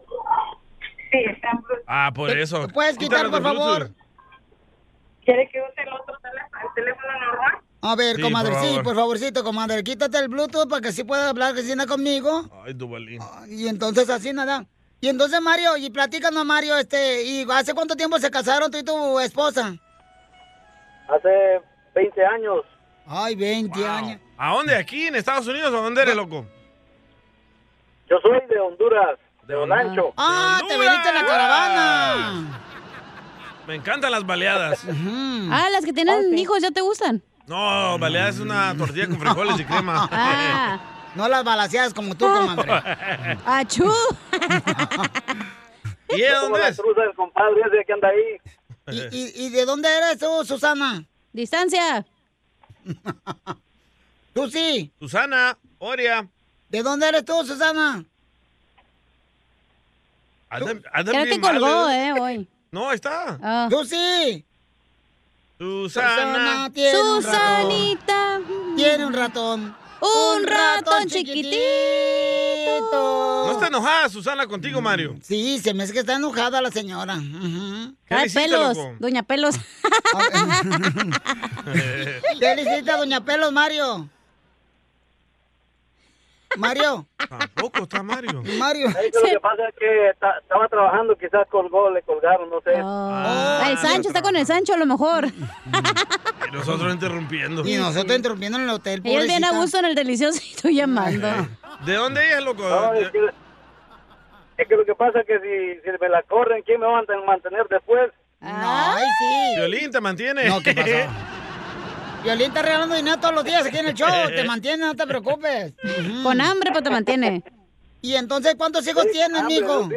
Sí, está en Bluetooth. Ah, por eso. puedes quitar, Quítalo de por favor? Bluetooth. ¿Quiere que use el otro teléfono, el teléfono normal? A ver, Sí, comadre, por sí, favor. por favorcito, comadre. Quítate el Bluetooth para que así pueda hablar que Cristina conmigo. Ay, Dubalín. Y entonces así nada. Y entonces Mario, y platícanos Mario, este, ¿y hace cuánto tiempo se casaron tú y tu esposa? Hace 20 años. Ay, 20 años. ¿A dónde? ¿Aquí en Estados Unidos o a dónde eres, loco? Yo soy de Honduras, de Olancho. Ah, te viniste en la caravana. Me encantan las baleadas. Ah, las que tienen hijos ya te gustan. No, baleadas es una tortilla con frijoles y crema. Ah. No las balaseadas como tú, comadre. Achú. ¿Y él dónde es? Cruza el compadre ese que anda ahí. ¿Y, y de dónde eres tú, Susana? Distancia. Tú sí. Susana, Oria. ¿De dónde eres tú, Susana? Andan- andan Creo bien que colgó, mal, eh, hoy. Ah. No, ahí está. Tú sí. Susana. tiene un Susanita. ratón. Tiene un ratón. Un ratón chiquitito. No está enojada Susana contigo, Mario. Mm, Sí, se me hace que está enojada la señora. Ujú. ¿Qué le Ay, hiciste, pelos. loco? Doña Pelos. ¿Qué le hiciste a Doña Pelos, Mario? Mario. Tampoco está Mario. Mario. Es que lo que pasa es que ta- estaba trabajando, quizás colgó, le colgaron, no sé. Ah. el Sancho está con el Sancho a lo mejor. Y nosotros interrumpiendo. Y nosotros interrumpiendo en el hotel. Ellos bien a pobrecita. gusto en el delicioso y estoy llamando. ¿De dónde ella, loco? No, es, que, es que lo que pasa es que si, si me la corren, ¿quién me va a mantener después? Ah, Ay, sí. Violín te mantiene. No, ¿qué pasó? Violín está regalando dinero todos los días aquí en el show. Te mantiene, no te preocupes. Con hambre, pero te mantiene. Y entonces, ¿cuántos hijos tienes, hambre, mijo?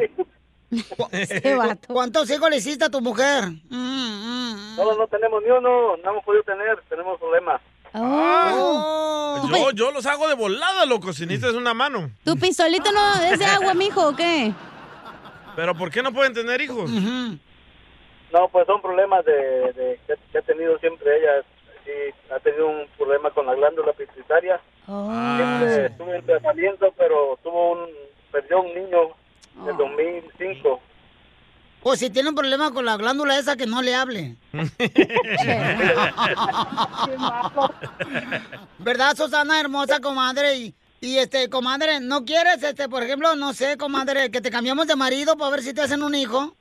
Este vato. ¿Cuántos hijos le hiciste a tu mujer? mm, No, no tenemos ni uno, no hemos podido tener, tenemos problemas. Oh. Yo, yo los hago de volada, loco, si necesitas una mano. ¿Tu pistolito no es de agua, mijo, o qué? ¿Pero por qué no pueden tener hijos? No, pues son problemas de, de- que, que ha tenido siempre ella. Sí, ha tenido un problema con la glándula pituitaria. Ah, Siempre estuvo en tratamiento, pero tuvo un, perdió un niño en Oh. el 2005. O Pues si tiene un problema con la glándula esa, que no le hable. ¿Verdad, Susana, hermosa comadre? Y, y, este, comadre, ¿no quieres, este, por ejemplo, no sé, comadre, que te cambiamos de marido para ver si te hacen un hijo?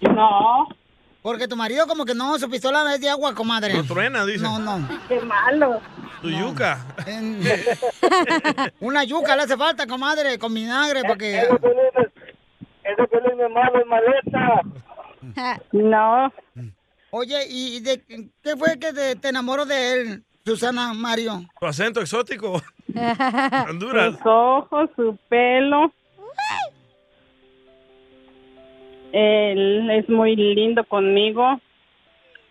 No. Porque tu marido como que no, su pistola es de agua, comadre. No truena, dice. No, no. Qué malo. Tu yuca. Una yuca le hace falta, comadre, con vinagre, para Eh, que... Ese pelín es malo, es maleta. No. Oye, ¿y de qué fue que te, te enamoró de él, Susana Mario? Tu acento exótico. Honduras. Sus ojos, su pelo. Él es muy lindo conmigo.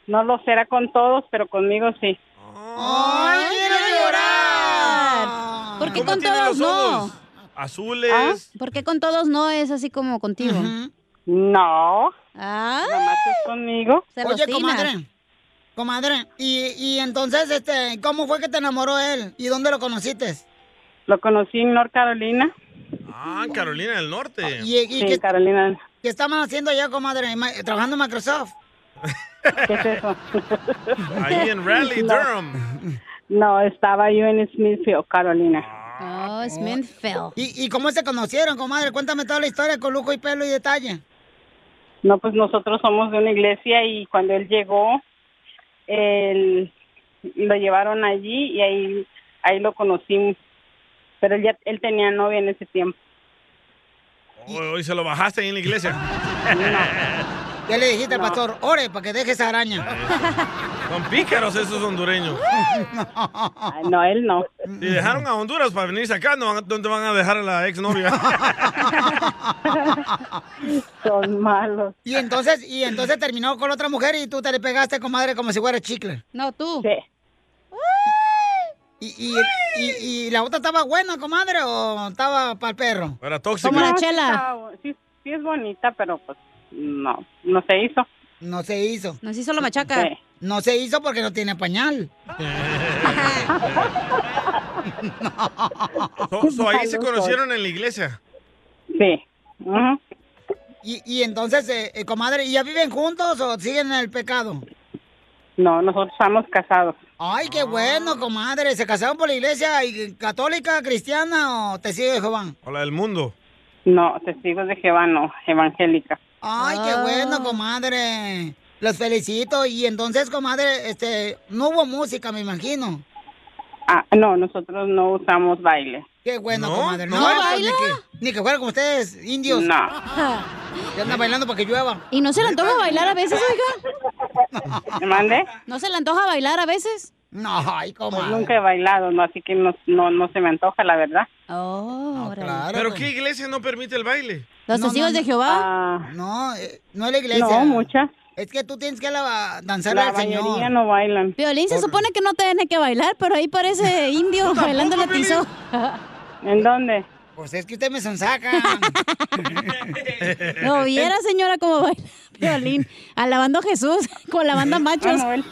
No lo será con todos, pero conmigo sí. ¡Ay, quiero llorar! ¿Por qué ¿Cómo con tiene todos los no? ¿Ah? ojos? Azules. ¿Por qué con todos no es así como contigo? No. Ah. conmigo. Oye, comadre. Comadre, y, y entonces, este, ¿cómo fue que te enamoró él? ¿Y dónde lo conociste? Lo conocí en North Carolina. Ah, Carolina del Norte. ¿Y, y Sí, qué, Carolina. qué estaban haciendo allá, comadre? ¿En ma- ¿Trabajando en Microsoft? ¿Qué es eso? Ahí en Raleigh, No. Durham. No, estaba yo en Smithfield, Carolina. Oh, Smithfield. ¿Y, ¿Y cómo se conocieron, comadre? Cuéntame toda la historia con lujo y pelo y detalle. No, pues nosotros somos de una iglesia y cuando él llegó, él- lo llevaron allí y ahí, ahí lo conocí. Pero él, ya, él tenía novia en ese tiempo. Hoy, hoy se lo bajaste ahí en la iglesia. ¿Qué le dijiste al pastor? Ore, para que deje esa araña. Son pícaros esos hondureños. no, él no. Si dejaron a Honduras para venirse acá, ¿no van- ¿dónde van a dejar a la exnovia? Son malos. Y entonces, y entonces terminó con otra mujer y tú te le pegaste, comadre, como si fuera chicle. No, tú. Y, y, y- y la otra estaba buena, comadre, o estaba para el perro? Era tóxica. No, sí está- Sí, sí es bonita, pero pues no, no se hizo. No se hizo. Nos hizo la machaca. Sí. No se hizo porque no tiene pañal. So- so ahí se conocieron en la iglesia. Sí. y, y entonces, eh, eh, comadre, ¿y ya viven juntos o siguen en el pecado? No, nosotros estamos casados. Ay, qué Ah. bueno, comadre. ¿Se casaron por la iglesia y- católica, cristiana o te sigue Jehová? O la del mundo. No, testigos de Jehová no, evangélica. Ay, qué Ah. bueno, comadre. Los felicito. Y entonces, comadre, este, no hubo música, me imagino. Ah, no, nosotros no usamos baile. Qué bueno, ¿No? comadre. ¿No pues, baila? Ni que, ni que fuera como ustedes, indios. No. Que andan bailando para que llueva. ¿Y no se le antoja bailar a veces, oiga? ¿Me mande? ¿No se le antoja bailar a veces? No, ay, Pues nunca he bailado, no, así que no, no, no se me antoja, la verdad. Oh, ¿Pero qué iglesia no permite el baile? ¿Los testigos de Jehová? Ah. no, eh, no es la iglesia. No, muchas. Es que tú tienes que la- danzar La al Señor. mayoría no bailan. Violín se supone que no tiene que bailar, pero ahí parece indio bailando la tizó. ¿En dónde? Pues es que usted me sonsaca. No viera, señora, cómo baila Violín. Alabando a Jesús con la banda machos. Ah, no, él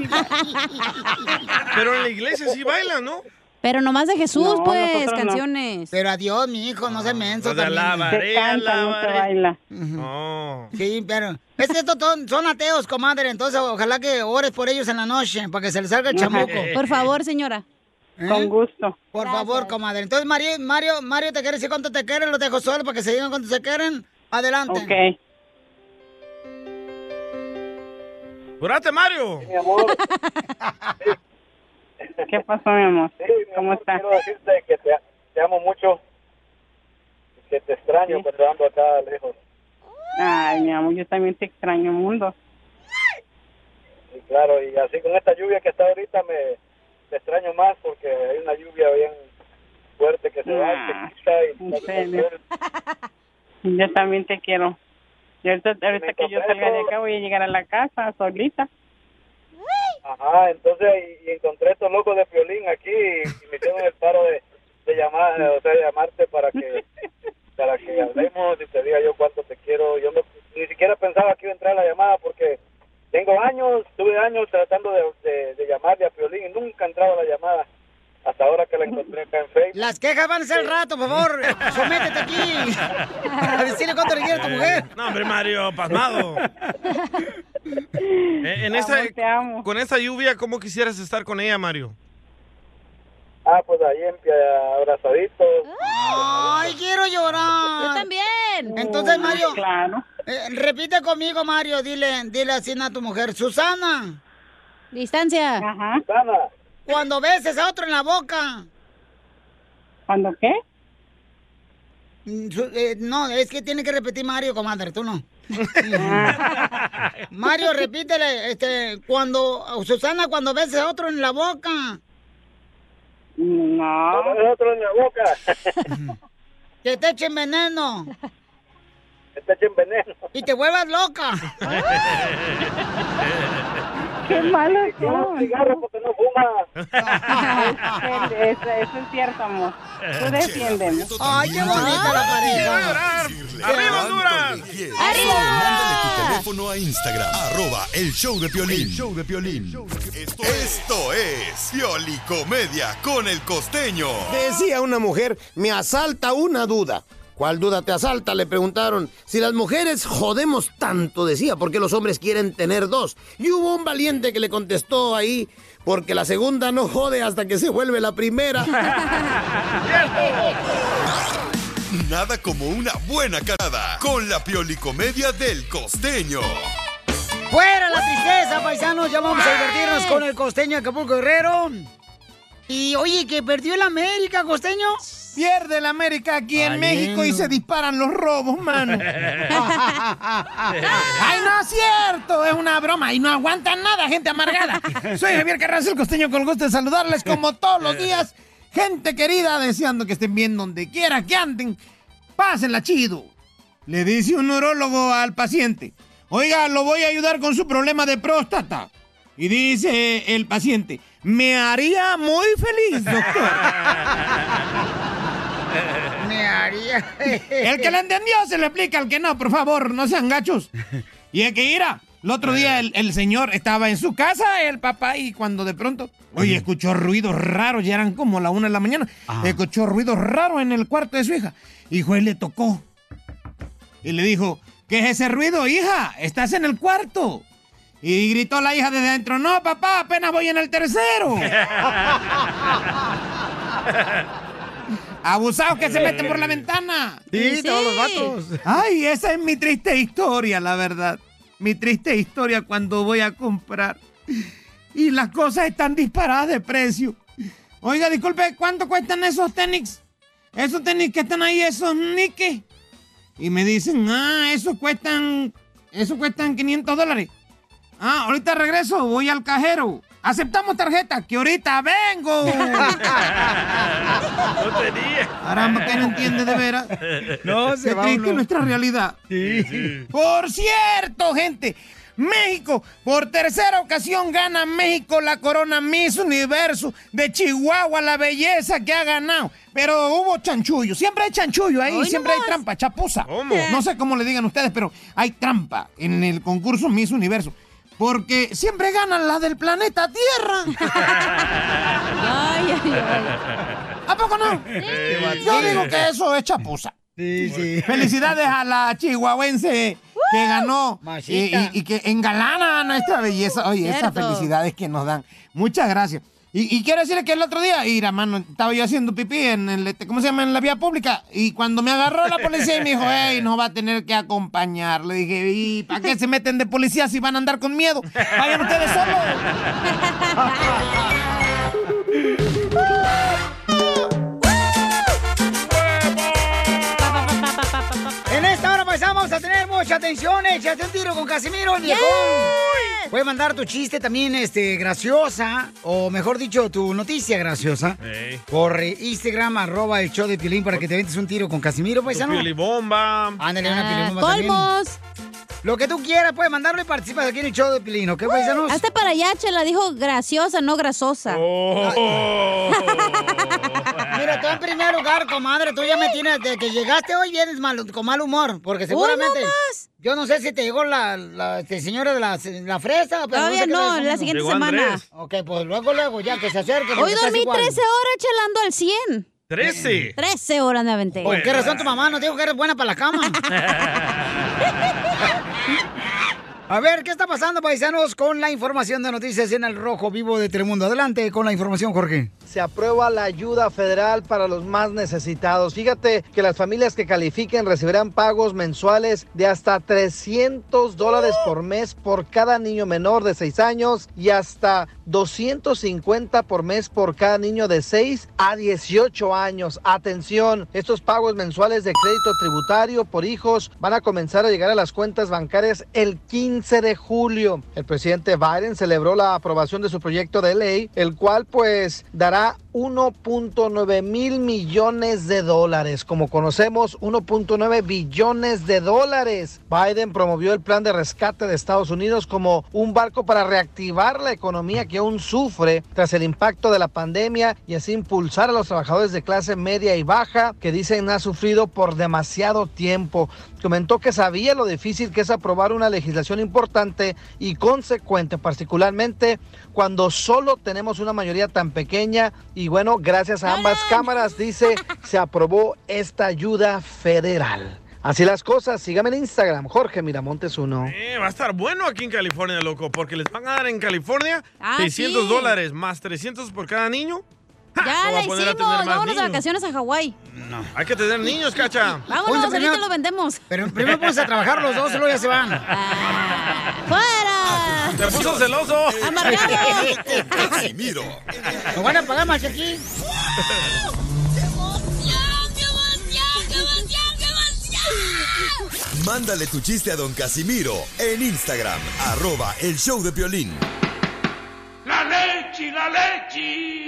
Pero en la iglesia sí bailan, ¿no? Pero nomás de Jesús, No, pues, nosotros no. canciones. Pero adiós, mi hijo, no se menso. Lo de también. alabaré, alabaré. Sí, pero es que estos son, son ateos, comadre, entonces ojalá que ores por ellos en la noche para que se les salga el chamuco. Por favor, señora. Con gusto. Por favor, comadre. Entonces, María, Mario, Mario, ¿te quiere decir cuánto te quieren? Los dejo solos para que se digan cuánto se quieren. Adelante. Ok. ¡Jurate, Mario! Mi amor, ¿Qué pasó, mi amor? ¿Cómo está? quiero decirte que te, te amo mucho. Que te extraño, Sí. pero ando acá lejos. Ay, mi amor, yo también te extraño, mundo. Y claro, y así con esta lluvia que está ahorita me, te extraño más porque hay una lluvia bien fuerte que se va, te quita y Ah, En serio. Yo también te quiero. Y ahorita, ahorita que yo salga de acá voy a llegar a la casa solita. Ajá, entonces y, y encontré estos locos de violín aquí y, y me hicieron el paro de, de llamar, o sea, de llamarte para que para que hablemos y te diga yo cuánto te quiero. Yo no- ni siquiera pensaba que iba a entrar la llamada porque tengo años, tuve años tratando de, de, de llamarle a Piolín y nunca entraba la llamada hasta ahora que la encontré acá en Facebook. Las quejas van a ser al rato, por favor. Sométete aquí. A decirle cuánto le quiere a tu mujer. No, hombre, Mario, pasmado. Eh, en esa, Con esa lluvia, ¿cómo quisieras estar con ella, Mario? Ah, pues ahí en pie, abrazadito. Ay, quiero llorar. Yo también. Entonces, Uy, Mario. claro. eh, repite conmigo, Mario. Dile, dile así a tu mujer. Susana. Distancia. Susana. Cuando beses a otro en la boca. ¿Cuándo qué? Mm, su- eh, no, es que tiene que repetir Mario, comadre, tú no. Ah. Mario, repítele, este, cuando, Susana, cuando beses a otro en la boca, No. Con otro en la boca. Ah. que te echen veneno. Que te echen veneno. Y te vuelvas loca. Qué malo No, cigarro porque no fuma. Eso, eso es cierto, amor. Tú defiéndeme. Ay, qué bonita la pareja. ¡Arriba, Honduras! tu teléfono a Instagram. Arroba el show de Piolín. show de Piolín. Esto, esto es Piolicomedia con el costeño. Decía una mujer, me asalta una duda. ¿Cuál duda te asalta? Le preguntaron. Si las mujeres jodemos tanto, decía, porque los hombres quieren tener dos? Y hubo un valiente que le contestó ahí, porque la segunda no jode hasta que se vuelve la primera. Nada como una buena carada con la Piolicomedia del costeño. Fuera la tristeza, paisanos, ya vamos a divertirnos con el costeño de Acapulco Guerrero. Y oye, que perdió el América, costeño. Pierde el América aquí en México y se disparan los robos, mano. ¡Ay, no es cierto! Es una broma y no aguantan nada, gente amargada. Soy Javier Carranza, el costeño, con el gusto de saludarles como todos los días. Gente querida, deseando que estén bien donde quiera que anden. Pásenla chido. Le dice un neurólogo al paciente. Oiga, lo voy a ayudar con su problema de próstata. Y dice el paciente, me haría muy feliz, doctor. Me haría. El que le entendió se lo explica, al que no, por favor, no sean gachos. Y es que ira. El otro día el, el señor estaba en su casa, el papá, y cuando de pronto, oye, escuchó ruidos raros, ya eran como la una de la mañana, escuchó ruidos raros en el cuarto de su hija. Y juez le tocó. Y le dijo, ¿qué es ese ruido, hija? Estás en el cuarto. Y gritó la hija desde adentro, no, papá, apenas voy en el tercero. Abusados que se meten por la ventana. Sí, Sí. todos los vatos. Ay, esa es mi triste historia, la verdad. Mi triste historia cuando voy a comprar. Y las cosas están disparadas de precio. Oiga, disculpe, ¿cuánto cuestan esos tenis? Esos tenis que están ahí, esos Nike. Y me dicen, ah, esos cuestan, esos cuestan 500 dólares. Ah, ahorita regreso, voy al cajero. Aceptamos tarjeta, que ahorita vengo. No tenía. Caramba, que no entiende de veras. No, se Qué va triste uno. nuestra realidad. Sí. Por cierto, gente, México, por tercera ocasión gana México la corona Miss Universo de Chihuahua, la belleza que ha ganado. Pero hubo chanchullo, siempre hay chanchullo ahí, Hoy siempre hay nomás. trampa, chapuza. No sé cómo le digan ustedes, pero hay trampa en el concurso Miss Universo. Porque siempre ganan las del planeta Tierra. Ay, ay, ¿A poco no? Este Yo digo que eso es chapuza. Felicidades a la chihuahuense que ganó y, Machita. Uh, y- y que engalana nuestra belleza. Oye, esas Cierto. felicidades que nos dan. Muchas gracias. Y, y quiero decirle que el otro día, mira, mano, estaba yo haciendo pipí en el, este, ¿cómo se llama? En la vía pública. Y cuando me agarró la policía y me dijo, hey, no va a tener que acompañar. Le dije, ¿y para qué se meten de policía si van a andar con miedo? Vayan ustedes solos. En esta hora, pues, vamos a tener mucha atención. El échate un tiro con Casimiro, el Yes. viejón. Puedes mandar tu chiste también, este, graciosa, o mejor dicho, tu noticia graciosa. Por Instagram, arroba el show de Piolín para que te ventes un tiro con Casimiro, paisano. piolibomba. Ándale, Ah, una piolibomba colmos. también. Lo que tú quieras, puedes mandarlo y participas aquí en el show de Piolín, ¿ok, paisanos? Hasta para allá, Chela, dijo graciosa, no grasosa. Oh. Mira, tú en primer lugar, comadre, tú ya me tienes, desde que llegaste hoy vienes mal- con mal humor, porque seguramente... Uno Yo no sé si te llegó la, la este, señora de la, la fresa, pero... Todavía sé qué no, le- la siguiente Llegó semana. Andrés. Ok, pues luego, luego, ya que se acerque. Hoy dormí 13 horas chelando al 100. Trece. 13 horas me aventé. ¿Por qué razón tu mamá nos dijo que eres buena para la cama? A ver, ¿qué está pasando, paisanos, con la información de noticias en el Rojo Vivo de Telemundo? Adelante con la información, Jorge. se aprueba la ayuda federal para los más necesitados. Fíjate que las familias que califiquen recibirán pagos mensuales de hasta 300 dólares por mes por cada niño menor de 6 años y hasta 250 por mes por cada niño de 6 a 18 años. Atención, estos pagos mensuales de crédito tributario por hijos van a comenzar a llegar a las cuentas bancarias el 15 de julio. El presidente Biden celebró la aprobación de su proyecto de ley, el cual pues dará 1.9 mil millones de dólares. Como conocemos, 1.9 billones de dólares. Biden promovió el plan de rescate de Estados Unidos como un barco para reactivar la economía que aún sufre tras el impacto de la pandemia y así impulsar a los trabajadores de clase media y baja que dicen ha sufrido por demasiado tiempo. Comentó que sabía lo difícil que es aprobar una legislación importante y consecuente, particularmente cuando solo tenemos una mayoría tan pequeña. Y bueno, gracias a ambas cámaras, dice, se aprobó esta ayuda federal. Así las cosas, sígame en Instagram, Jorge Miramontes 1. Eh, va a estar bueno aquí en California, loco, porque les van a dar en California Ah, 600 sí. dólares más 300 por cada niño. Ja, Ya no va la a poder hicimos. atender más Vámonos de niños. vacaciones a Hawái. Hay que tener niños, cacha. Vámonos, ahorita lo vendemos. Pero primero vamos a trabajar los dos, luego Ah, ya se van. ¡Fuera! Se puso celoso. Casimiro. ¿Nos van a pagar más aquí? Mándale tu chiste a don Casimiro en Instagram, arroba el show de violín. La leche, la leche.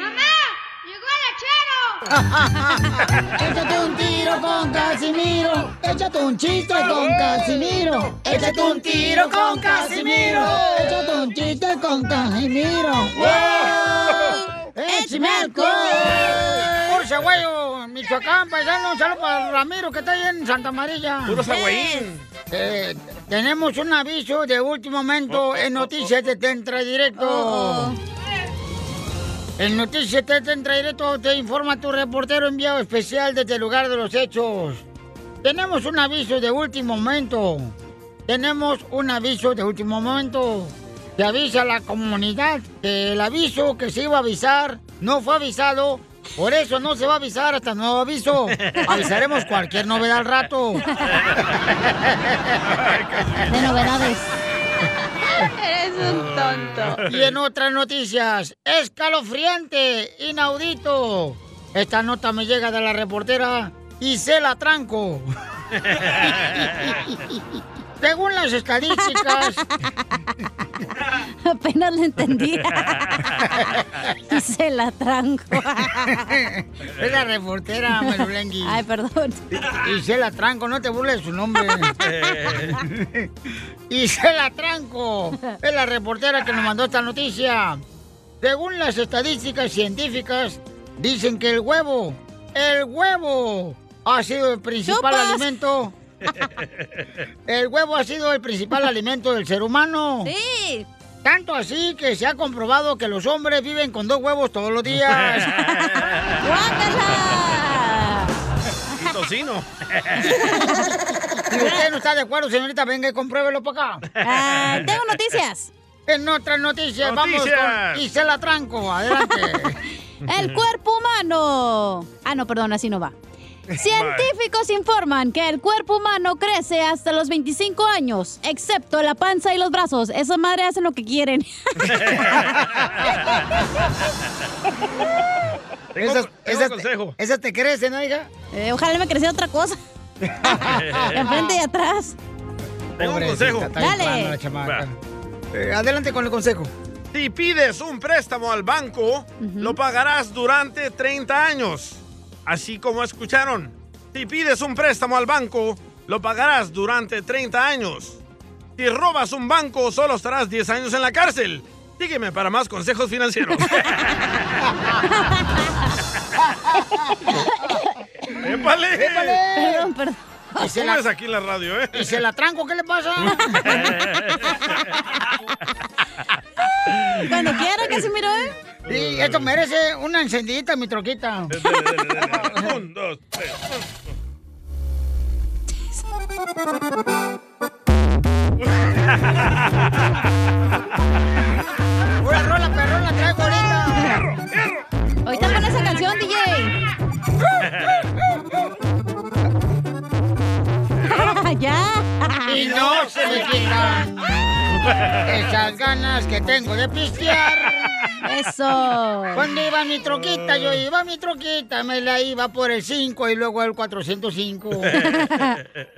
Échate un tiro con Casimiro. Échate un chiste con Casimiro. Échate un tiro con Casimiro. Échate un chiste con Casimiro. ¡Wow! ¡Échame alcohol! Por Saguayo, Michoacán, paisano, un saludo para Ramiro que está ahí en Santa María. Puro saguayín. Eh, tenemos un aviso de último momento en Noticias de Tentra Directo. En Noticias de Tentra Directo te informa tu reportero enviado especial desde el lugar de los hechos. Tenemos un aviso de último momento. Tenemos un aviso de último momento. Se avisa a la comunidad que el aviso que se iba a avisar no fue avisado. Por eso no se va a avisar hasta nuevo aviso. Avisaremos cualquier novedad al rato. De novedades. Eres un tonto. Y en otras noticias, escalofriante, inaudito. Esta nota me llega de la reportera Isela Tranco. Según las estadísticas, Apenas lo entendí. y se la tranco. es la reportera Marulengui. Ay, perdón. Isela Tranco, no te burles de su nombre. Isela Tranco es la reportera que nos mandó esta noticia. Según las estadísticas científicas, dicen que el huevo, el huevo, ha sido el principal Chupas. alimento. El huevo ha sido el principal alimento del ser humano. Sí. Tanto así que se ha comprobado que los hombres viven con dos huevos todos los días. Y tocino. Si usted no está de acuerdo, señorita, venga y compruébelo para acá. Ah, Eh, tengo noticias. En otras noticias, Noticias. vamos con Isela Tranco. Adelante. El cuerpo humano. Ah, no, perdón, así no va. Científicos informan que el cuerpo humano crece hasta los 25 años, excepto la panza y los brazos. Esas madres hacen lo que quieren. Tengo- esas, tengo esas- consejo. esas te crecen, ¿no, hija? Ah. Eh, ojalá me creciera otra cosa. Enfrente y atrás. Tengo un Pobrecita, consejo. está bien plana la chamaca. Eh, adelante con el consejo. Si pides un préstamo al banco, lo pagarás durante 30 años. Así como escucharon. Si pides un préstamo al banco, lo pagarás durante 30 años. Si robas un banco, solo estarás 10 años en la cárcel. Sígueme para más consejos financieros. ¡Épale! Perdón, perdón. Y se la- aquí en la radio, ¿eh? ¿Y se la tranco? ¿Qué le pasa? Cuando quiera, Casimiro, ¿eh? Y esto merece una encendidita, mi troquita. Un, dos, tres. Una rola perrón la traigo ahorita. Ahorita pon esa canción, DJ. ya. Y no se me quitan esas ganas que tengo de pistear. Eso. Cuando iba mi troquita, yo iba mi troquita, me la iba por el 5 y luego el 405.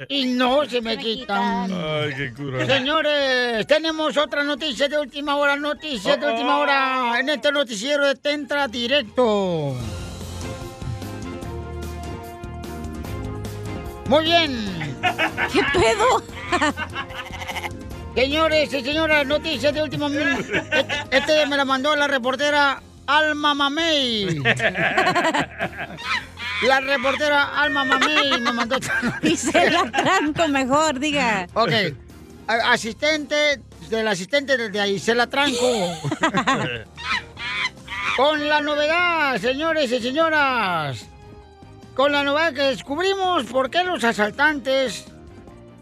y no se me quitan. Ay, qué cura. Señores, tenemos otra noticia de última hora, noticia de última hora en este noticiero de Tentra Directo. Muy bien. ¿Qué pedo? Señores y señoras, noticias de último minuto. Este, este me la mandó la reportera Alma Mamey. La reportera Alma Mamey me mandó esta Y se la noticia. tranco mejor, diga. Ok. A- Asistente del asistente de ahí, se la tranco. Con la novedad, señores y señoras. Con la novedad que descubrimos por qué los asaltantes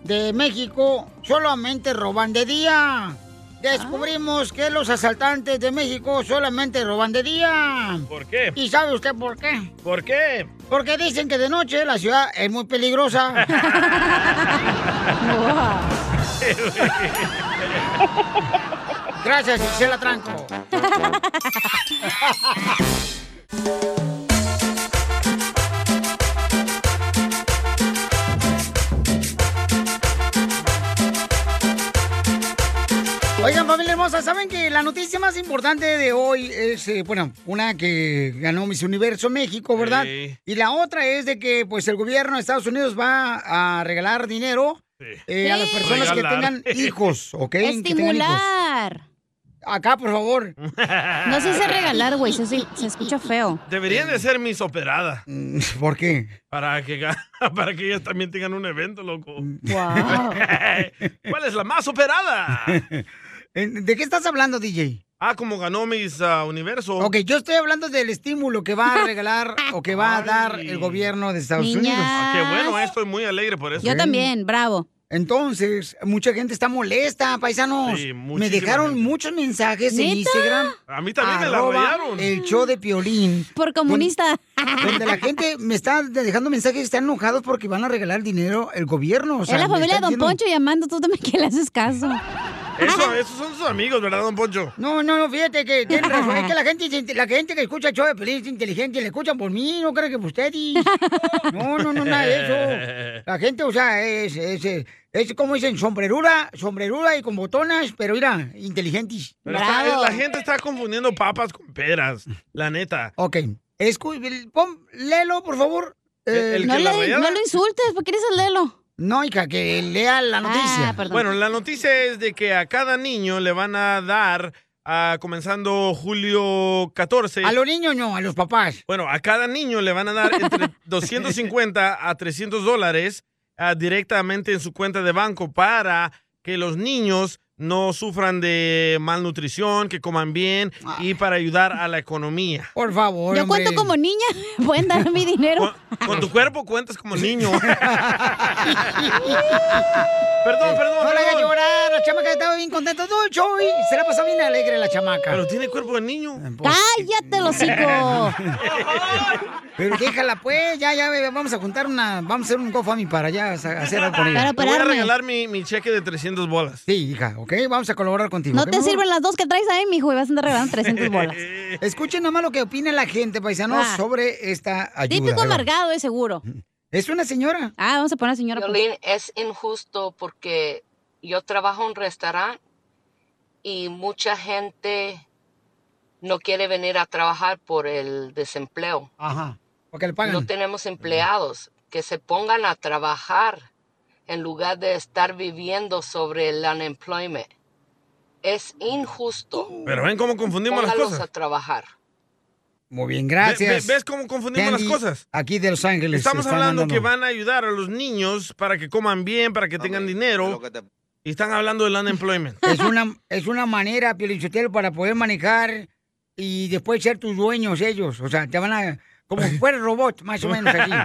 de México solamente roban de día. Descubrimos que los asaltantes de México solamente roban de día. ¿Por qué? ¿Y sabe usted por qué? ¿Por qué? Porque dicen que de noche la ciudad es muy peligrosa. Gracias, Isela Tranco. Oigan, familia hermosa, ¿saben que la noticia más importante de hoy es, eh, bueno, una que ganó Miss Universo México, ¿verdad? Sí. Y la otra es de que, pues, el gobierno de Estados Unidos va a regalar dinero eh, a las Sí. personas Regalar. que tengan hijos, ¿ok? Que tengan hijos. Estimular. Acá, por favor. No se dice regalar, güey. Se, se escucha feo. Deberían de ser mis operadas. Mm. ¿Por qué? Para que, ga- para que ellas también tengan un evento, loco. Mm. Wow. ¿Cuál es la más operada? ¿De qué estás hablando, DJ? Ah, como ganó mis ah, universo. Ok, yo estoy hablando del estímulo que va a regalar o que va a dar el gobierno de Estados Niñas. Unidos. Ah, qué bueno, eh, estoy muy alegre por eso. bravo. Entonces, mucha gente está molesta, paisanos. Sí, Me muchísima dejaron muchos mensajes en ¿Neta? Instagram. A mí también me la arroba rayaron. El show de Piolín. Por comunista. Donde, la gente me está dejando mensajes, están enojados porque van a regalar dinero el gobierno. o sea, es la me familia de están Don diciendo- Poncho llamando. Tú también que le haces caso. Eso, esos son sus amigos, ¿verdad, don Poncho? No, no, no, fíjate que tienen razón. Es que la gente, es inte- la gente que escucha el show de Piolín es inteligente, le escuchan por mí, no creen que por ustedes. No, no, no, nada de eso. La gente, o sea, es, es, es, como dicen, sombrerura, sombrerura y con botonas, pero mira, inteligentes. Pero está- la gente está confundiendo papas con peras, la neta. Ok. Escu pon, léelo, por favor. ¿El- Eh, el no, que la le- rayada? no lo insultes. ¿Por qué eres el Lelo? No, hija, que lea la noticia. Ah, perdón. Bueno, la noticia es de que a cada niño le van a dar, ah, comenzando julio 14. A los niños no, a los papás. Bueno, a cada niño le van a dar entre 250 a 300 dólares ah, directamente en su cuenta de banco para que los niños no sufran de malnutrición, que coman bien y para ayudar a la economía. Ah. Por favor. Yo cuento como niña. Pueden darme mi dinero. Con tu cuerpo cuentas como niño. perdón, perdón. No la hagas perdón. llorar, la chamaca estaba bien contenta todo el show y se la pasó bien alegre la chamaca. Pues Pero tiene cuerpo de niño. ¡Cállate, los hocico! Pero déjala pues, ya, ya, bebé, vamos a juntar una, vamos a hacer un GoFundMe para ya sa- hacer algo con Le ella. voy a regalar mi, mi cheque de 300 bolas. Sí, hija, ok, vamos a colaborar contigo. No ¿ok, mi te amor? sirven las dos que traes ahí, mijo, y vas a andar regalando 300 bolas. Escuchen nomás lo que opina la gente, paisanos, Ah. sobre esta ayuda. Típico Ahí va. amargado, de seguro. Es una señora. Ah, vamos a poner a señora. pues. Violín, es injusto porque Yo trabajo en un restaurante y mucha gente no quiere venir a trabajar por el desempleo. Ajá. Porque le pagan. No tenemos empleados que se pongan a trabajar en lugar de estar viviendo sobre el unemployment. Es injusto. Pero ven cómo confundimos las Póngalos cosas. a trabajar. Muy bien, gracias. Ve- ve- ¿Ves cómo confundimos Candy, las cosas? Aquí de Los Ángeles. Estamos están hablando dando- que van a ayudar a los niños para que coman bien, para que tengan dinero. Y están hablando del unemployment. Es una, es una manera, Piolichotelo, para poder manejar y después ser tus dueños ellos. O sea, te van a... Como si fuera robot, más o menos así. Te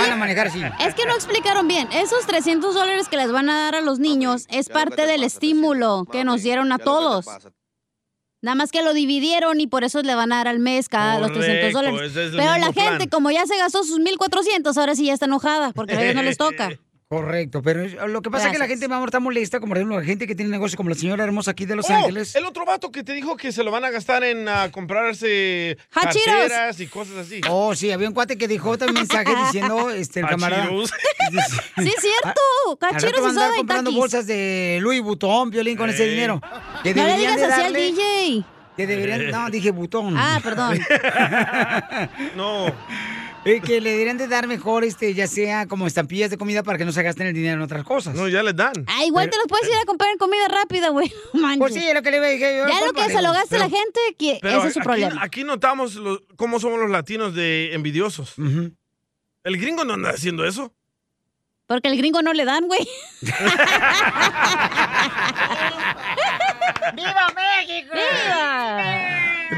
van a manejar así. Es que no explicaron bien. Esos 300 dólares que les van a dar a los niños es parte del estímulo que nos dieron a todos. Nada más que lo dividieron y por eso le van a dar al mes cada los 300 Correcto, dólares. ese es el Pero la mismo gente, plan. como ya se gastó sus 1.400, ahora sí ya está enojada porque a ellos no les toca. Correcto, pero es- lo que pasa es que la Gracias. gente, mi amor, está molesta, como por ejemplo la gente que tiene negocios como la señora hermosa aquí de Los Oh, Ángeles. el otro vato que te dijo que se lo van a gastar en ah, comprarse Hachiros. carteras y cosas así. Oh, sí, había un cuate que dejó también mensaje diciendo, este, el camarada. "Ah, Hachiros. Sí, es cierto. Al rato Cachiros va a y andar soda y comprando taquis. bolsas de Louis Vuitton, Piolín, con ese Ey. dinero. No le deberían digas de así al darle- DJ. Que deberían... No, dije Butón. Ah, perdón. no. Eh, que le deberían de dar mejor, este, ya sea como estampillas de comida para que no se gasten el dinero en otras cosas. No, ya les dan. Ah, igual te los puedes ir a comprar en comida rápida, güey. No manches. Pues sí, es lo que le dije yo. Ya lo compa. que se lo gaste la Pero- gente, que Pero ese es su aquí- problema. Aquí notamos los- cómo somos los latinos de envidiosos. El gringo no anda haciendo eso. Porque al gringo no le dan, güey. ¡Viva México!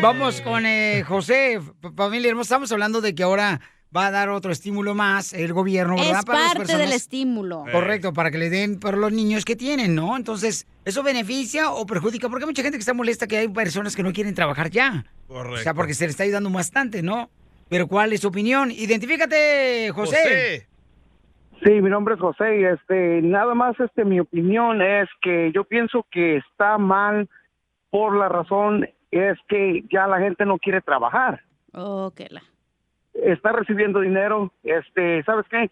Vamos con eh, José, F- familia hermosa. Estamos hablando de que ahora va a dar otro estímulo más el gobierno, ¿verdad? Es Para las parte del personas. estímulo. Eh. Correcto, para que le den para los niños que tienen, ¿no? Entonces, ¿eso beneficia o perjudica? Porque hay mucha gente que está molesta que hay personas que no quieren trabajar ya. Correcto. O sea, porque se le está ayudando bastante, ¿no? Pero ¿cuál es su opinión? Identifícate, José. Sí, mi nombre es José y este, nada más este, mi opinión es que yo pienso que está mal por la razón es que ya la gente no quiere trabajar. Oh, qué la. Está recibiendo dinero, este, ¿sabes qué?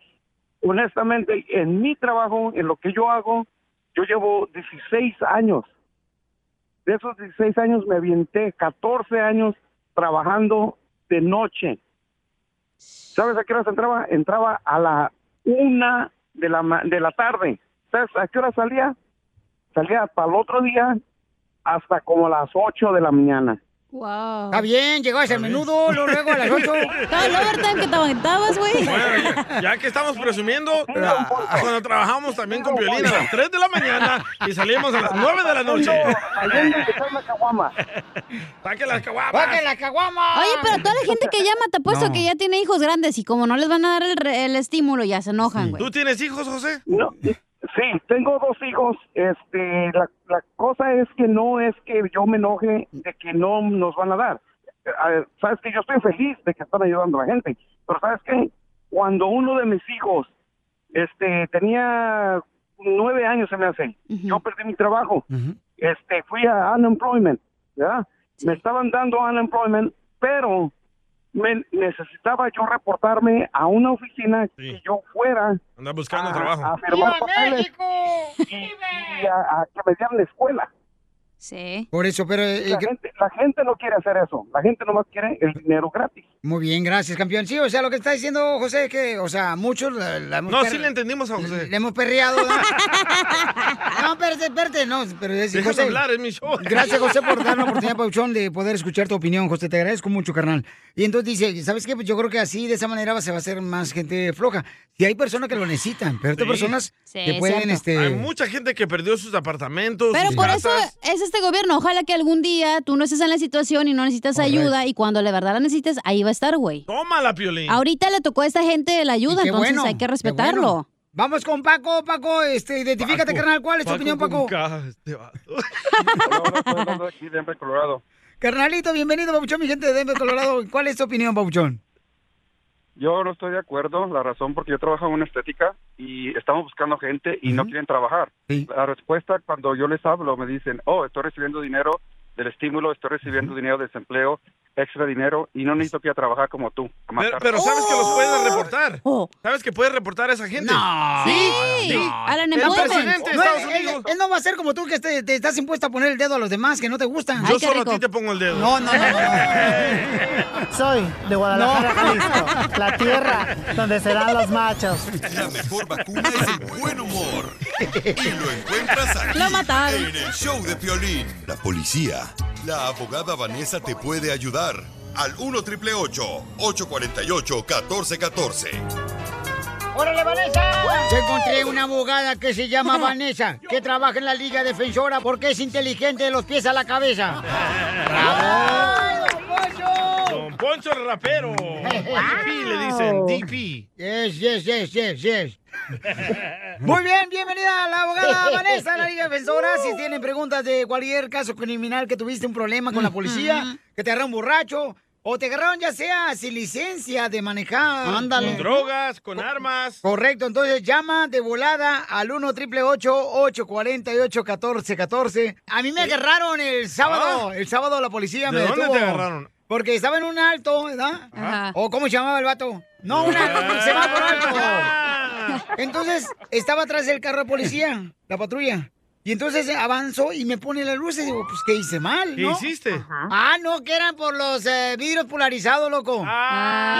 Honestamente, en mi trabajo, en lo que yo hago, yo llevo 16 años. De esos 16 años me avienté 14 años trabajando de noche. ¿Sabes a qué horas entraba? Entraba a la una de la, ma- de la tarde. ¿Sabes a qué hora salía? Salía para el otro día hasta como las 8 de la mañana. Wow. Está bien, llegó a ese menudo, luego, luego a las 8. Estaba el overtime que te aguantabas, güey. Ya que estamos presumiendo, cuando trabajamos también con violín a las 3 de la mañana y salimos a las 9 de la noche. Saque las caguamas. la caguama! Oye, pero toda la gente que llama te apuesto No. que ya tiene hijos grandes y como no les van a dar el, re- el estímulo, ya se enojan, güey. ¿Tú tienes hijos, José? No, sí, tengo dos hijos. Este, la, la cosa es que no es que yo me enoje de que no nos van a dar. Eh, Sabes que yo estoy feliz de que están ayudando a la gente, pero sabes que cuando uno de mis hijos, este, tenía nueve años se me hace, yo perdí mi trabajo, este, fui a unemployment, ¿verdad? Me estaban dando unemployment, pero me necesitaba yo reportarme a una oficina que yo fuera Anda buscando a- trabajo. a firmar papeles y a, a que me dieran la escuela. Sí. Por eso, pero... eh, La, gente, la gente no quiere hacer eso. La gente nomás quiere el dinero gratis. Muy bien, gracias, campeón. Sí, o sea, lo que está diciendo José es que, o sea, muchos la, la hemos No, per- sí le entendimos a José. le hemos perreado. No, No, espérate, espérate, no, pero es Déjame hablar, es mi show. Gracias, José, por dar la oportunidad, Pauchón, de poder escuchar tu opinión, José. Te agradezco mucho, carnal. Y entonces dice, ¿sabes qué? Pues yo creo que así, de esa manera, se va a hacer más gente floja. Y hay personas que lo necesitan, pero otras Sí. personas que pueden, este... Hay mucha gente que perdió sus apartamentos, Pero sus por eso casas. es este gobierno. Ojalá que algún día tú no estés en la situación y no necesitas Correcto. ayuda y cuando la verdad la necesites, ahí va a estar, güey. Toma la piolín. Ahorita le tocó a esta gente la ayuda, Y qué entonces bueno, hay que qué respetarlo. bueno. Vamos con Paco, Paco, este, identifícate, Paco, carnal, ¿cuál es tu Paco opinión, con Paco? caja, este va. Hablando aquí de Denver, Colorado. Carnalito, bienvenido, Pauchón, mi gente de Denver, Colorado. ¿Cuál es tu opinión, Pauchón? Yo no estoy de acuerdo, la razón porque yo trabajo en una estética y estamos buscando gente y no quieren trabajar. La respuesta cuando yo les hablo me dicen, oh, estoy recibiendo dinero del estímulo, estoy recibiendo dinero de desempleo, extra dinero y no necesito que ir a trabajar como tú. a Pero, matar. pero sabes que los Oh. puedes Oh. reportar. ¿Sabes que puedes reportar a esa gente? No. Sí. Sí. El presidente de No, Estados él- Unidos. Él, él no va a ser como tú que te, te estás impuesta a poner el dedo a los demás que no te gustan. Yo solo a ti te pongo el dedo. No, no, Soy de Guadalajara, No. Jalisco, la tierra donde serán los machos. La mejor vacuna es el buen humor. Y lo encuentras aquí Lo mataron. en el show de Piolín. La policía. La abogada Vanessa te puede ayudar. Al 1 triple 848 1414. ¡Órale, Vanessa! Yo encontré una abogada que se llama Vanessa, que trabaja en la Liga Defensora porque es inteligente de los pies a la cabeza. ¡Bravo! Don Poncho el rapero. DP le dicen, DP. Yes, yes, yes, yes, yes. Muy bien, bienvenida a la abogada Vanessa de la Liga Defensora. Si tienen preguntas de cualquier caso criminal que tuviste un problema con la policía, que te agarraron borracho o te agarraron ya sea sin licencia de manejar, ándale. Con drogas, con armas. Correcto, entonces llama de volada al 1 888 848 1414 A mí me agarraron el sábado, Ah. el sábado la policía ¿De me dónde detuvo. te agarraron? Porque estaba en un alto, ¿verdad? Ajá. ¿O cómo se llamaba el vato? No, un alto, porque se va por alto. Entonces estaba atrás del carro de policía, la patrulla. Y entonces avanzó y me pone las luces. Digo, pues, ¿qué hice mal? ¿Qué no? hiciste? Ah, no, que eran por los eh, vidrios polarizados, loco. Ah.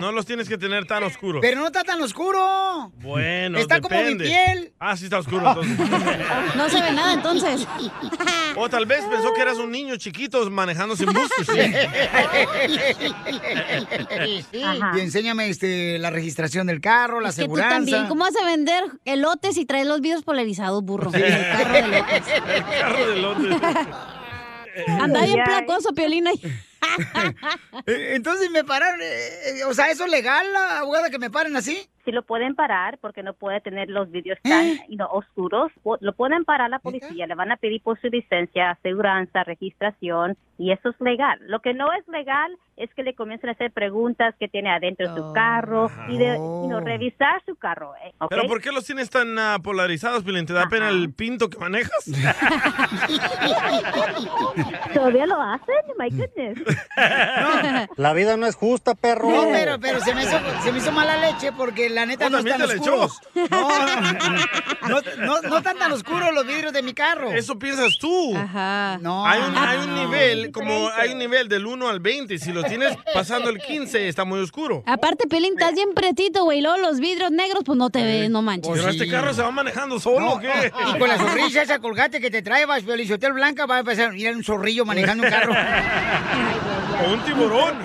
No los tienes que tener tan oscuros. Pero no está tan oscuro. Bueno, Está como mi depende. piel. Ah, sí está oscuro entonces. No se ve nada entonces. O tal vez pensó que eras un niño chiquito manejando sin bustos. Y enséñame este, la registración del carro, la Es que tú aseguranza. también, ¿cómo vas a vender elotes y traes los vidrios polarizados, burro? Sí. El carro de elotes. Anda bien Ay, ay. placoso, Piolina. Eh, Entonces me pararon. eh, eh, o sea, ¿eso es legal, abogada, que me paren así? ¿Eh? Si lo pueden parar, porque no puede tener los vídeos tan you know, oscuros, po- lo pueden parar la policía, le van a pedir por su licencia, aseguranza, registración, y eso es legal. Lo que no es legal es que le comiencen a hacer preguntas que tiene adentro su carro Ah. y de you Oh. know, revisar su carro. eh, ¿ok? ¿Pero por qué los tienes tan ah, polarizados, Pilín? ¿Te da pena el pinto que manejas? ¿Todavía lo hacen? My goodness. La vida no es justa, perro. No, pero, pero se, me hizo, se me hizo mala leche porque la neta Oh, no también están te la oscuros. No, no, no, no están tan oscuros los vidrios de mi carro. Eso piensas tú. Ajá. No. Hay un, hay Ah, Ah, un nivel, como hay un nivel del 1 al 20. Si lo tienes pasando el 15, está muy oscuro. Aparte, Piolín, estás bien pretito, güey. Luego los vidrios negros, pues no te ves, no manches. Pero este carro se va manejando solo, Oh, No, ¿o qué? Y con la sonrisa esa colgate que te trae, vas, Hotel Blanca, va a empezar a ir un zorrillo manejando un carro. O un tiburón.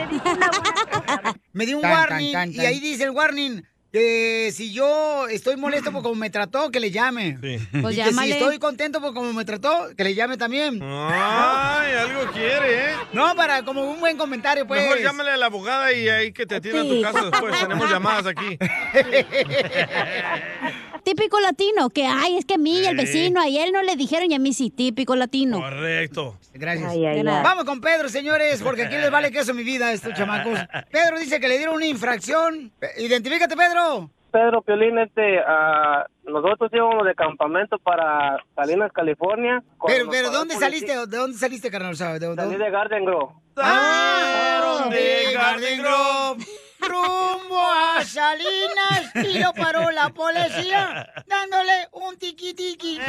Me dio un Tan, tan, warning tan, y tan. ahí dice el warning que si yo estoy molesto por cómo me trató, que le llame. Pues y que si llámale. estoy contento por cómo me trató, que le llame también. Ay, algo quiere, ¿eh? No, para como un buen comentario, pues. Mejor llámale a la abogada y ahí que te atienda a tu Sí. casa después. Tenemos llamadas aquí. Típico latino, que ay, es que a mí y al Sí. vecino, a él no le dijeron y a mí sí, típico latino. Correcto. Gracias. ay, ay. Vamos con Pedro, señores, porque aquí les vale queso mi vida a estos chamacos. Pedro dice que le dieron una infracción. Eh, Identifícate, Pedro. Pedro Piolín, este, ah, nosotros íbamos de campamento para Salinas, California. Cuando Pero, nos pero paró ¿dónde el saliste? ¿De dónde saliste, carnal? ¿Sabes? ¿De, Salí dónde? de Garden Grove. ¡Ah! de Garden Grove. Rumbo a Salinas y lo paró la policía dándole un tiqui tiqui.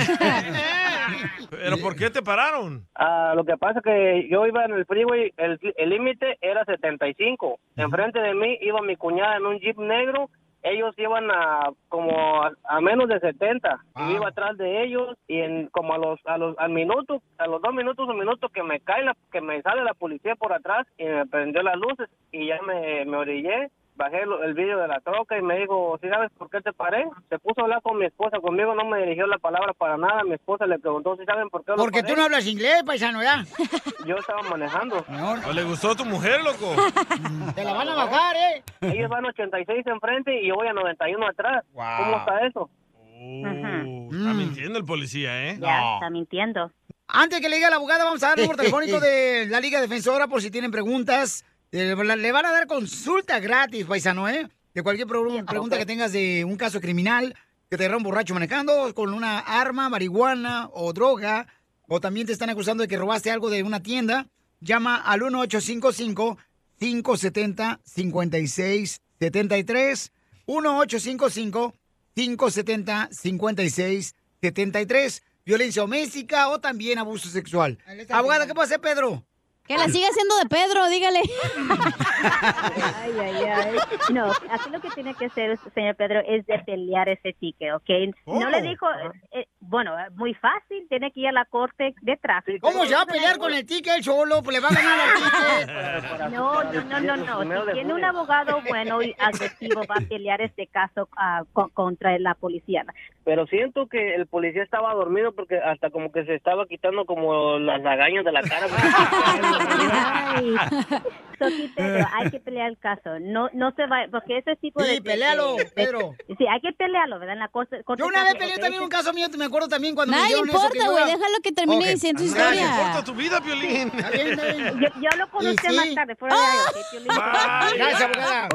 ¿Pero por qué te pararon? Ah, lo que pasa que yo iba en el freeway, el el límite era 75. Enfrente de mí iba mi cuñada en un jeep negro. Ellos iban a como a, a menos de 70. Ah. Y yo iba atrás de ellos y en como a los a los al minuto, a los dos minutos, un minuto que me cae la, que me sale la policía por atrás y me prendió las luces y ya me, me orillé. Bajé lo- el vídeo de la troca y me dijo, ¿sí sabes por qué te paré? Se puso a hablar con mi esposa, conmigo no me dirigió la palabra para nada. Mi esposa le preguntó, ¿sí saben por qué lo Porque paré?" tú no hablas inglés, paisano, ¿ya? Yo estaba manejando. ¿O le gustó a tu mujer, loco? Te la van a bajar, ¿eh? Ellos van 86 enfrente y yo voy a 91 atrás. ¿Cómo está eso? Uh, Está Mm. mintiendo el policía, ¿eh? Ya, Está mintiendo. Antes que le diga la abogada, vamos a dar el número telefónico de la Liga Defensora por si tienen preguntas. Eh, la- Le van a dar consulta gratis, paisano, ¿eh? De cualquier pro- pregunta que tengas de un caso criminal, que te agarraron borracho manejando, con una arma, marihuana o droga, o también te están acusando de que robaste algo de una tienda. llama al 1855-570-5673. 1855-570-5673. Violencia doméstica o también abuso sexual. Abogada, ¿qué puede hacer Pedro? Que la siga haciendo de Pedro, dígale. Ay, ay, ay. No, aquí lo que tiene que hacer, señor Pedro, es de pelear ese ticket, ¿ok? Oh. No le dijo, eh, bueno, muy fácil, tiene que ir a la corte de tráfico. ¿Cómo se va a pelear con el ticket solo? Pues le va a ganar al ticket. No, no, no, no, no. Si tiene un abogado bueno y agresivo, va a pelear este caso ah, co- contra la policía. Pero siento que el policía estaba dormido porque hasta como que se estaba quitando como las lagañas de la cara. Ay. So, sí, Pedro, hay que pelear el caso. No, no se va, porque ese tipo de... Sí, pelealo, de- de- Pedro. Sí, hay que pelearlo, ¿verdad? En la corte. corte Yo una de vez tráfico, peleé ¿ok? también un caso mío, me acuerdo también cuando me Nada hicieron eso. importa, yo güey, era- déjalo que termine Ok. diciendo su Nada historia. importa tu vida, Piolín. Está bien, está bien. Yo, yo lo conocí Y más sí. Ah. tarde, fuera de ahí, ¿ok, Piolín? Gracias, abogada.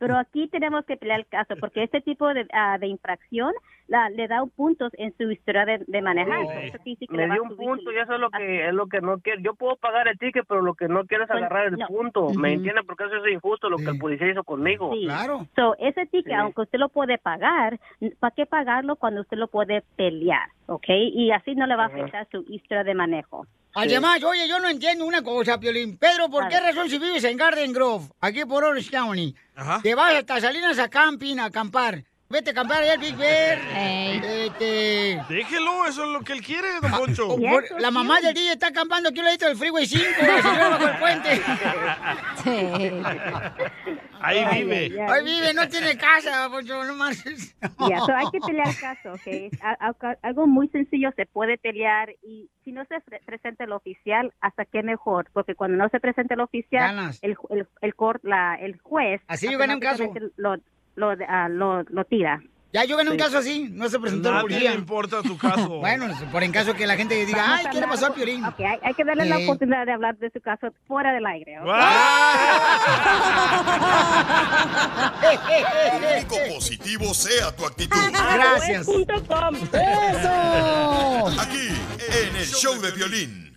Pero aquí tenemos que pelear el caso, porque este tipo de, ah, de infracción la, le da puntos en su historia de, de manejar. Oh. Eso sí, sí que le Me va a dio un subir punto y eso es lo que es lo que no quiero. Yo puedo pagar el ticket, pero lo que no quiero es Pues, agarrar el no. punto. Ujú. ¿Me entiendes? Porque eso es injusto lo que el policía hizo conmigo. Sí. So, ese ticket, Sí. aunque usted lo puede pagar, ¿para qué pagarlo cuando usted lo puede pelear? ¿Ok? Y así no le va a Ajá. afectar su historia de manejo. Además, oye, yo no entiendo una cosa, Piolín. Pedro, ¿por A qué ver. razón si vives en Garden Grove, aquí por Orange County, te vas hasta Salinas a camping, a acampar? Vete a acampar allá al Big Bear. Este... Déjelo, eso es lo que él quiere, don Poncho. o por- la mamá del DJ está acampando aquí al ladito del Freeway 5, la señora bajo el puente. Ahí vive. Ahí vive, no tiene casa, pues, Poncho, no marches. Ya, so, hay que pelear el caso, ¿ok? A- a- Algo muy sencillo se puede pelear y si no se pre- presenta el oficial, hasta qué mejor, porque cuando no se presenta el oficial, Ganas. el, ju- el, el, cor- la, el juez Así yo gané un caso. automáticamente Lo, lo, ah, lo, lo tira. Ya yo gané un Sí. caso así, no se presentó Nadie el policía. le importa tu caso. bueno, por en caso que la gente diga, Vamos ay, a ¿qué le hablar pasó a con- Piolín? Ok, hay, hay que darle la Sí. oportunidad de hablar de su caso fuera del aire. ¿ok? Público positivo sea tu actitud. Gracias. ¡Eso! Aquí, en el show de violín.